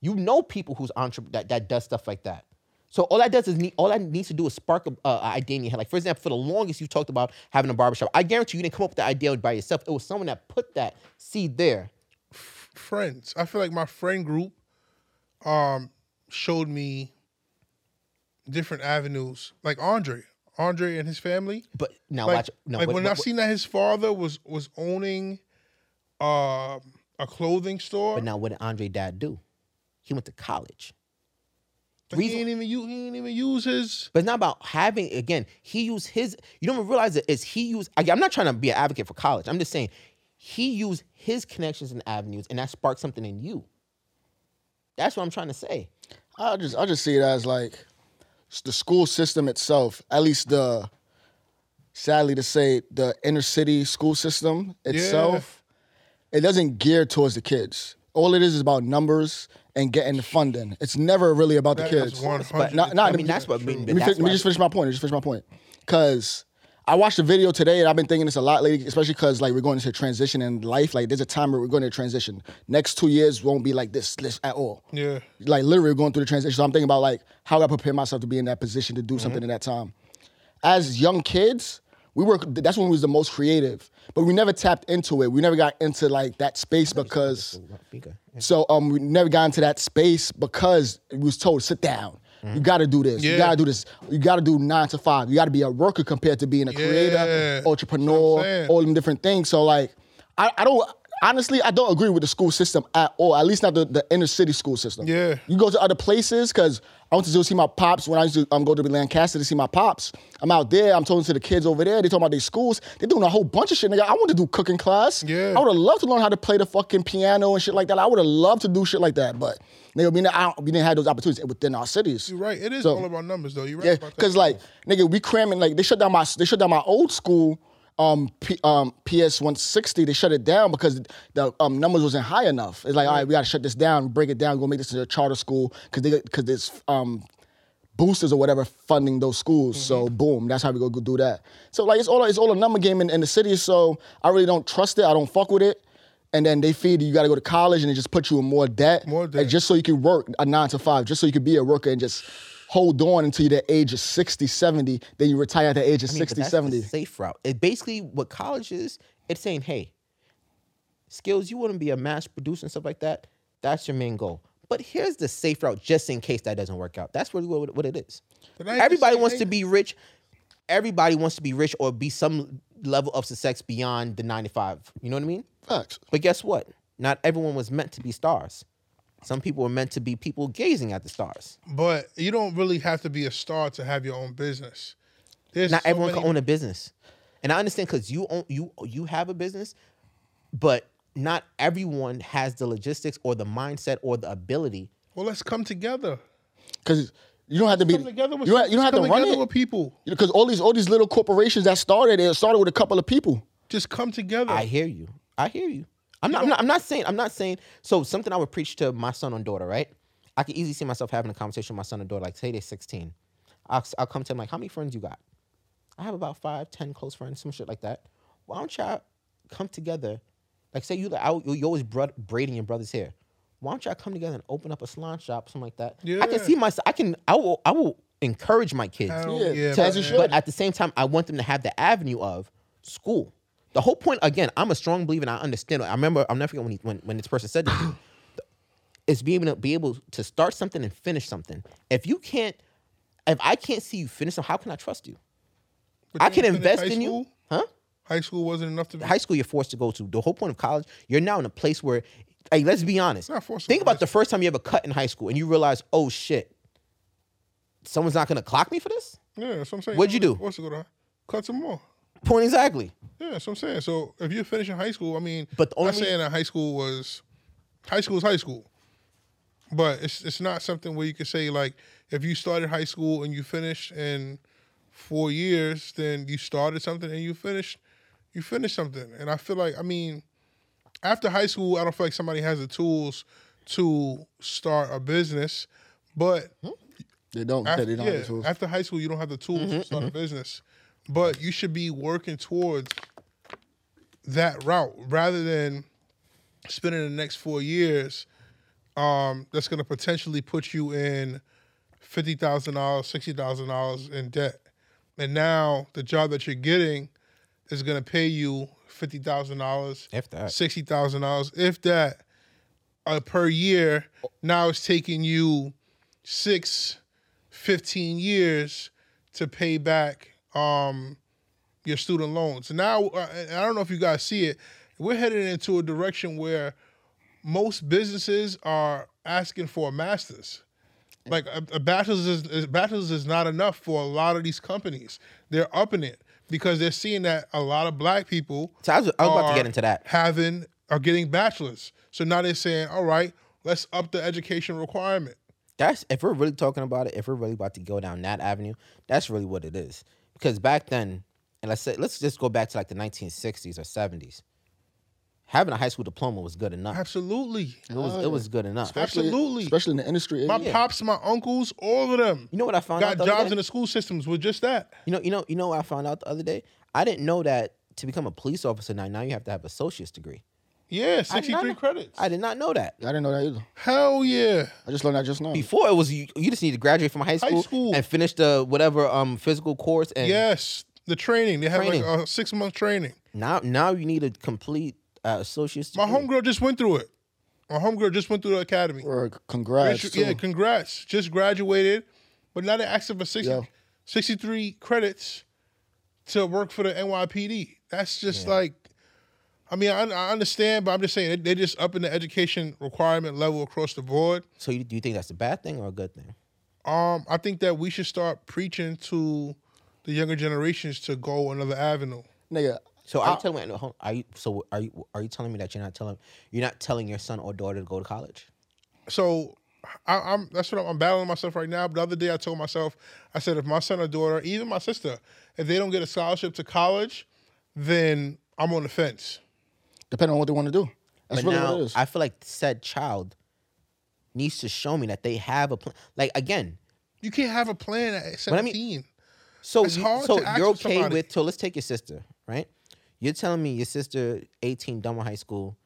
You know people who's entrep- that that does stuff like that. So all that does is need, all that needs to do is spark a uh, an idea in your head. Like for example, for the longest you talked about having a barbershop. I guarantee you didn't come up with the idea by yourself. It was someone that put that seed there. friends. I feel like my friend group um showed me different avenues. Like Andre. Andre and his family. But now Like, watch. No, like wait, when wait, I wait. seen that his father was was owning um a clothing store. But now what did Andre dad do? He went to college. but he ain't even you he ain't even use his But it's not about having again. He used his. You don't even realize it is he used. I, I'm not trying to be an advocate for college. I'm just saying he used his connections and avenues, and that sparked something in you. That's what I'm trying to say. I just I just see it as like s- the school system itself. At least the sadly to say the inner city school system itself. It doesn't gear towards the kids. All it is is about numbers and getting the funding. It's never really about the that's kids. 100 Not- not- I mean, that's what I mean. Let me, that's fin- let why- me just finish my point. Just finish my point. Because I watched a video today, and I've been thinking this a lot lately, especially because like we're going into transition in life. Like there's a time where we're going to transition. Next two years won't be like this, this at all. Yeah. Like literally we're going through the transition. So I'm thinking about like how I prepare myself to be in that position to do something Mm-hmm. in that time. As young kids, we were that's when we was the most creative, but we never tapped into it. We never got into like that space because. So um, we never got into that space because we was told sit down. You got to do this. You Mm-hmm. Yeah. got to do this. You got to do nine to five. You got to be a worker compared to being a Yeah. creator, That's what I'm entrepreneur, saying. all them different things. So like, I, I don't. honestly, I don't agree with the school system at all. At least not the, the inner city school system. Yeah. You go to other places because I went to go see my pops when I used to um, go to Lancaster to see my pops. I'm out there. I'm talking to the kids over there. They talking about their schools. They're doing a whole bunch of shit. Nigga, I want to do cooking class. Yeah. I would have loved to learn how to play the fucking piano and shit like that. I would have loved to do shit like that, but nigga, we didn't, I don't, we didn't have those opportunities within our cities. You're right. It is So- all about numbers, though. You're right. Yeah, about that. because like nigga, we cramming like they shut down my they shut down my old school um P, um PS one sixty. They shut it down because the um numbers wasn't high enough. It's like all right, we gotta shut this down, break it down, go make this into a charter school because they because this um boosters or whatever funding those schools. So Mm-hmm. boom, that's how we go go do that. So like it's all it's all a number game in, in the city. So I really don't trust it. I don't fuck with it. And then they feed you. You gotta go to college, and they just put you in more debt. More like, debt. just so you can work a nine to five, just so you can be a worker and just hold on until you're the age of 60, 70. Then you retire at the age of I mean, but 60, that's the 70. safe route. It basically what college is, it's saying, hey, skills, you want to be a mass producer and stuff like that. That's your main goal. But here's the safe route just in case that doesn't work out. That's really what, what it is. But I ain't Everybody just wants to saying- be rich. Everybody wants to be rich or be some level of success beyond the 95. You know what I mean? Facts. But guess what? Not everyone was meant to be stars. Some people were meant to be people gazing at the stars. But you don't really have to be a star to have your own business. There's not so everyone many- can own a business, and I understand because you own you you have a business, but not everyone has the logistics or the mindset or the ability. Well, let's come together. Because you don't have to be. Come together with you, don't, you don't have to come run together it. with people. Because all these all these little corporations that started, it started with a couple of people. Just come together. I hear you. I hear you. I'm not, I'm not. I'm not saying. I'm not saying. So something I would preach to my son and daughter, right? I could easily see myself having a conversation with my son and daughter. Like, say they're 16. I'll, I'll come to them like, how many friends you got? I have about five, ten close friends, some shit like that. Why don't y'all come together? Like, say you like, I, you always bro- braiding your brother's hair. Why don't y'all come together and open up a salon shop, something like that? I Yeah. can see myself. I can. I will. I will encourage my kids. Hell Yeah, Oh, yeah, Taz, you man. should. But at the same time, I want them to have the avenue of school. The whole point, again, I'm a strong believer and I understand. I remember, I'll never forget when, he, when, when this person said this. it's being able to be able to start something and finish something. If you can't, if I can't see you finish something, how can I trust you? But I you can didn't finish invest high in you. school? Huh? High school wasn't enough to be. high school you're forced to go to. The whole point of college, you're now in a place where, like, let's be honest. not forced to Think go to about the first time you ever cut in high school and you realize, oh shit, someone's not gonna clock me for this. yeah, that's what I'm saying. What'd you do? What's to go to high- cut some more? Point exactly. Yeah, that's what I'm saying. So if you're finishing high school, I mean, But the only I'm not saying that high school was high school is high school, but it's it's not something where you could say like if you started high school and you finished in four years, then you started something and you finished you finished something. And I feel like I mean, after high school, I don't feel like somebody has the tools to start a business, but They don't. after, they don't have yeah, the tools. after high school, you don't have the tools to start a business, but you should be working towards that route rather than spending the next four years. Um, that's going to potentially put you in fifty thousand dollars, sixty thousand dollars in debt, and now the job that you're getting is going to pay you fifty thousand dollars, If that. sixty thousand dollars, if that, uh, per year. Now it's taking you six, 15 years to pay back um, your student loans. Now, uh, and I don't know if you guys see it, we're headed into a direction where most businesses are asking for a master's. Like a, a bachelor's is, is bachelor's is not enough for a lot of these companies. They're upping it because they're seeing that a lot of black people So I was, I was about to are get into that. having are getting bachelors. So now they're saying, all right, let's up the education requirement. that's if we're really talking about it, if we're really about to go down that avenue, that's really what it is. Because back then, and let's say let's just go back to like the 1960s or 70s. Having a high school diploma was good enough. Absolutely. It was it was good enough. Especially- absolutely. Especially in the industry. My area. pops, my uncles, all of them You know what I found got out? the jobs other in day? the school systems with just that. You know, you know, you know what I found out the other day? I didn't know that to become a police officer now, now you have to have an associate's degree. Yeah, did not 63 know- credits. I did not know that. I didn't know that either. Hell yeah. I just learned that just now. Before it was you, you just need to graduate from high school, school. and finish the whatever um physical course and Yes. The training. They have like Training. a six month training. now now you need a complete uh, associate's My degree. homegirl just went through it. My homegirl just went through the academy. Or congrats. Gradu- too. yeah, congrats. Just graduated, but now they're asking for 60, Yeah. 63 credits to work for the NYPD. That's just like I mean, I, I understand, but I'm just saying they- they just upping the education requirement level across the board. So you, do you think that's a bad thing or a good thing? Um, I think that we should start preaching to the younger generations to go another avenue. Nigga, So are you telling me? hold- Are you so are you are you telling me that you're not telling you're not telling your son or daughter to go to college? So I, I'm that's what I'm, I'm battling myself right now. But the other day I told myself, I said, if my son or daughter, even my sister, if they don't get a scholarship to college, then I'm on the fence. depending on what they want to do. That's but really now what it is. I feel like said child needs to show me that they have a plan. Like again, You can't have a plan at I mean- 17. so It's you, hard so to ask you're okay somebody. with so let's take your sister, right? You're telling me your sister 18 done with high school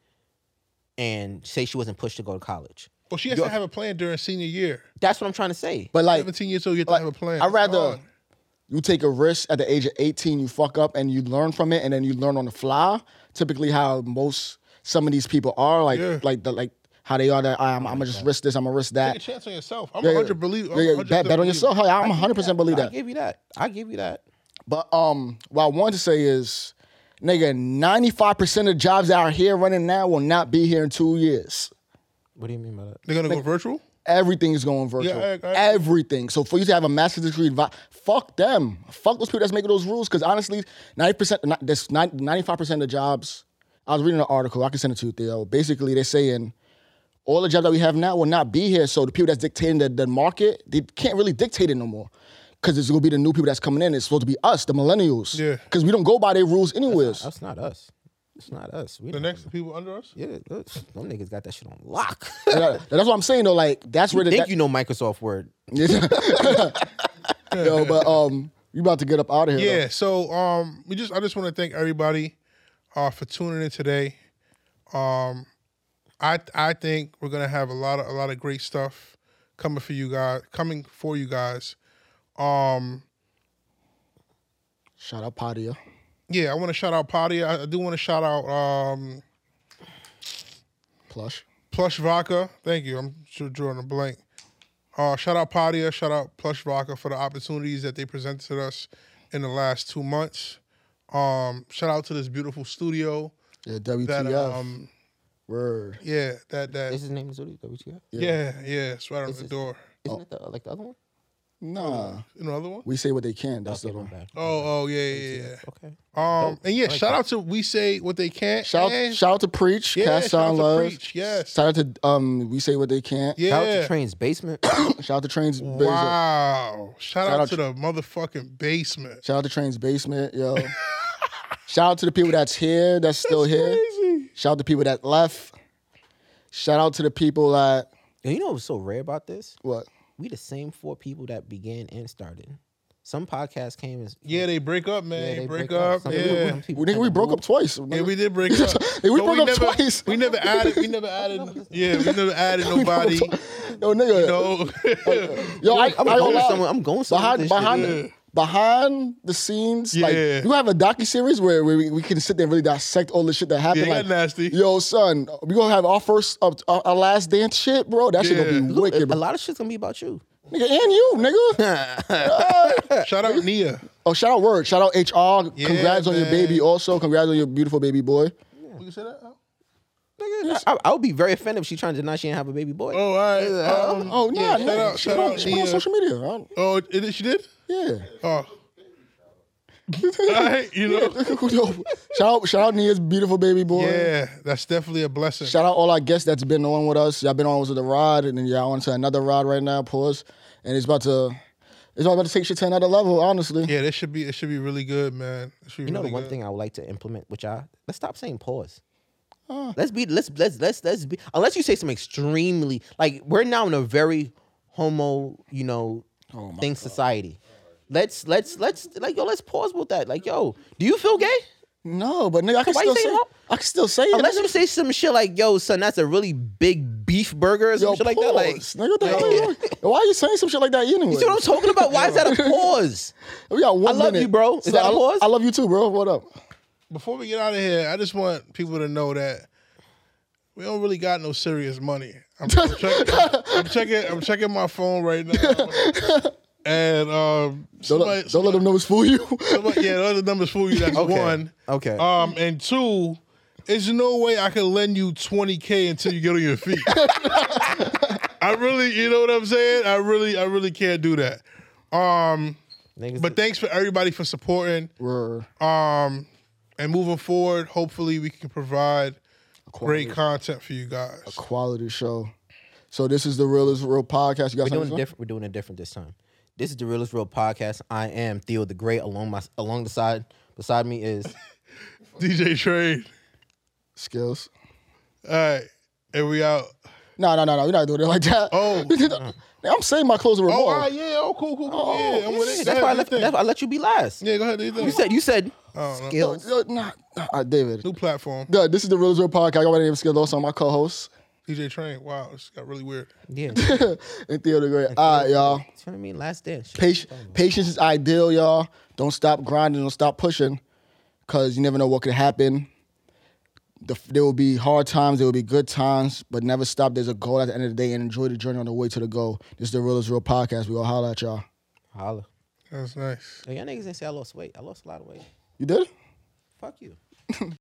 and say she wasn't pushed to go to college. well, she has to have a plan during senior year. That's what I'm trying to say. but like, 17 years old, you have to like have a plan. I'd It's rather hard. you take a risk at the age of 18, you fuck up and you learn from it, and then you learn on the fly. Typically, how most some of these people are, like Yeah. like the like how they are. That "Ah, I'm, I'm gonna just risk this. I'm gonna risk Take a that. chance on yourself. I'm Yeah, yeah. 100 believe. I'm Yeah, yeah, 100 bet, bet on believe. yourself. Hell, yeah, I'm 100 percent believe I that. give you that. I give you that. But um, what I wanted to say is, nigga, 95 percent of jobs out here running now will not be here in two years. What do you mean by that? They're gonna go virtual. Everything is going virtual. Yeah, I- I- Everything. So for you to have a master's degree, advi- fuck them. Fuck those people that's making those rules. Because honestly, ninety percent, that's ninety-five percent of the jobs. I was reading an article. I can send it to you, Theo. Basically, they're saying all the jobs that we have now will not be here. So the people that's dictating the, the market, they can't really dictate it no more. Because it's gonna be the new people that's coming in. It's supposed to be us, the millennials. Yeah. Because we don't go by their rules anyways. That's not us. It's not us. We The don't- next people under us. yeah, that's- them niggas got that shit on lock. And I- that's what I'm saying though. Like that's where the think that- you know Microsoft Word. yo, but um, you about to get up out of here. though. Yeah. So um, we just I just want to thank everybody uh, for tuning in today. Um, I I think we're gonna have a lot of a lot of great stuff coming for you guys, coming for you guys. Um, Shout out Padia. yeah, I want to shout out Potty. I, I do want to shout out um, Plush. Plush Vodka. Thank you. I'm dr- drawing a blank. Uh, shout out Padia. Shout out Plush Vodka for the opportunities that they presented us in the last two months. Um, shout out to this beautiful studio Yeah, WTF. that um, Word. Yeah, that that. Is his name Zuri WTF? yeah, yeah, it's right on the door. Isn't it the, like the other one? Nah. Another one. We say what they can. That's the Okay, my one. bad. Oh, oh, yeah, yeah, yeah. Okay. Um, and yeah, shout out to we say what they can't. Shout and, shout out to Preach. Yeah, Cast shout out Sound to Love. Preach, yes. Shout out to um We Say What They Can't. Shout out yeah. to Train's basement. Shout out to Train's Basement. Wow! Shout, out, Shout out to the motherfucking basement. Shout out to Train's Basement, yo. shout out to the people that's here, that's still here. Shout out to people that left. Shout out to the people that And you know what's so rare about this? what? We the same four people that began and started. Some podcasts came and Yeah, they break up, man. yeah, they break, up. Some people- Yeah. some people We nigga, we kinda broke move. up twice. yeah, we did break up. we But broke up never, twice. We never added. We never added. Yeah, we never added nobody. Yo, nigga. No. Yo, I'm I, I ain't gonna going lie. somewhere. I'm going somewhere. behind with this behind shit. behind the scenes. Like Yeah. you have a docu series where, where we, we can sit there and really dissect all the shit that happened. Yeah, it got like nasty. Yo, son, we gonna have our first uh, our, our last dance shit, bro. That shit gonna be Yeah. Look, wicked, a bro. lot of shit's gonna be about you. nigga, and you, nigga. Shout out Nia. oh, shout out word, shout out HR. Yeah, Congrats on your man. baby. Also, congrats on your beautiful baby boy. We can say that. Al? Nigga, I, I would be very offended if she trying to deny she didn't have a baby boy. Oh, all right. Um, Oh nah, shout nigga. out- she shout put on, out she put on Nia. social media. I don't- oh, it, it, she did. yeah. Oh. All right, you know. shout out, shout out Nia's beautiful baby boy. Yeah, that's definitely a blessing. Shout out all our guests that's been on with us. Y'all been on with the rod, and then y'all on to another rod right now. Pause, and it's about to, it's all about to take shit to another level. Honestly, yeah, this should be it should be really good, man. It should be You know really the one good. thing I would like to implement with y'all. Let's stop saying pause. Let's be let's let's let's let's be unless you say some extremely like we're now in a very homo you know thing society. Let's let's let's like yo let's pause with that. Like yo, do you feel gay? no, but nigga, I can why still you say, saying ho- I can still say it. Unless nigga. you say some shit like yo son, that's a really big beef burger or some Yo, shit like that. Like pause, nigga, what the hell? Why are you saying some shit like that anyway? you see what I'm talking about? Why is that a pause? we got one I love minute. you, bro. Is that a I, pause? I love you too, bro. What up? Before we get out of here, I just want people to know that we don't really got no serious money. I'm, I'm check- I'm checking I'm checking my phone right now. And um Don't, somebody, let, don't let them know it's fool you. somebody- yeah, the other numbers fool you. That's one. Okay. Um and two There's no way I can lend you 20K until you get on your feet. I really, you know what I'm saying? I really, I really can't do that. Um, Niggas, but thanks for everybody for supporting. Word. Um, and moving forward, hopefully we can provide great content for you guys. Quality show. So this is the realest real podcast. You guys we're doing something it different. We're doing it different this time. This is the realest real podcast. I am Theo the Great. Along my along the side beside me is DJ Trade. skills? All right. And we out. No, no, no, no. You're not doing it like that. Oh. I'm saying my clothes are Oh, remote. ah, yeah. Oh, cool, cool, cool. yeah, I'm with Yeah, it. that's Go why I ahead, left. do your That's thing. why I let you be last. Yeah, go ahead. do your thing. You said you said don't know. skills. Yo, nah, nah, all right, David. New platform. Yo, this is the realest real podcast. I got my name is Skills. Also, my co-host DJ Train. Wow, this got really weird. Yeah. and Theo the Great. All right, y'all. That's what I mean. Last dance. Patience, patience is ideal, y'all. Don't stop grinding. Don't stop pushing, cause you never know what could happen. The, there will be hard times. There will be good times, but never stop. There's a goal at the end of the day, and enjoy the journey on the way to the goal. This is the realest real podcast. We all holla at y'all. Holla. Oh, That's nice. Yo, y'all niggas didn't say I lost weight. I lost a lot of weight. You did. Fuck you.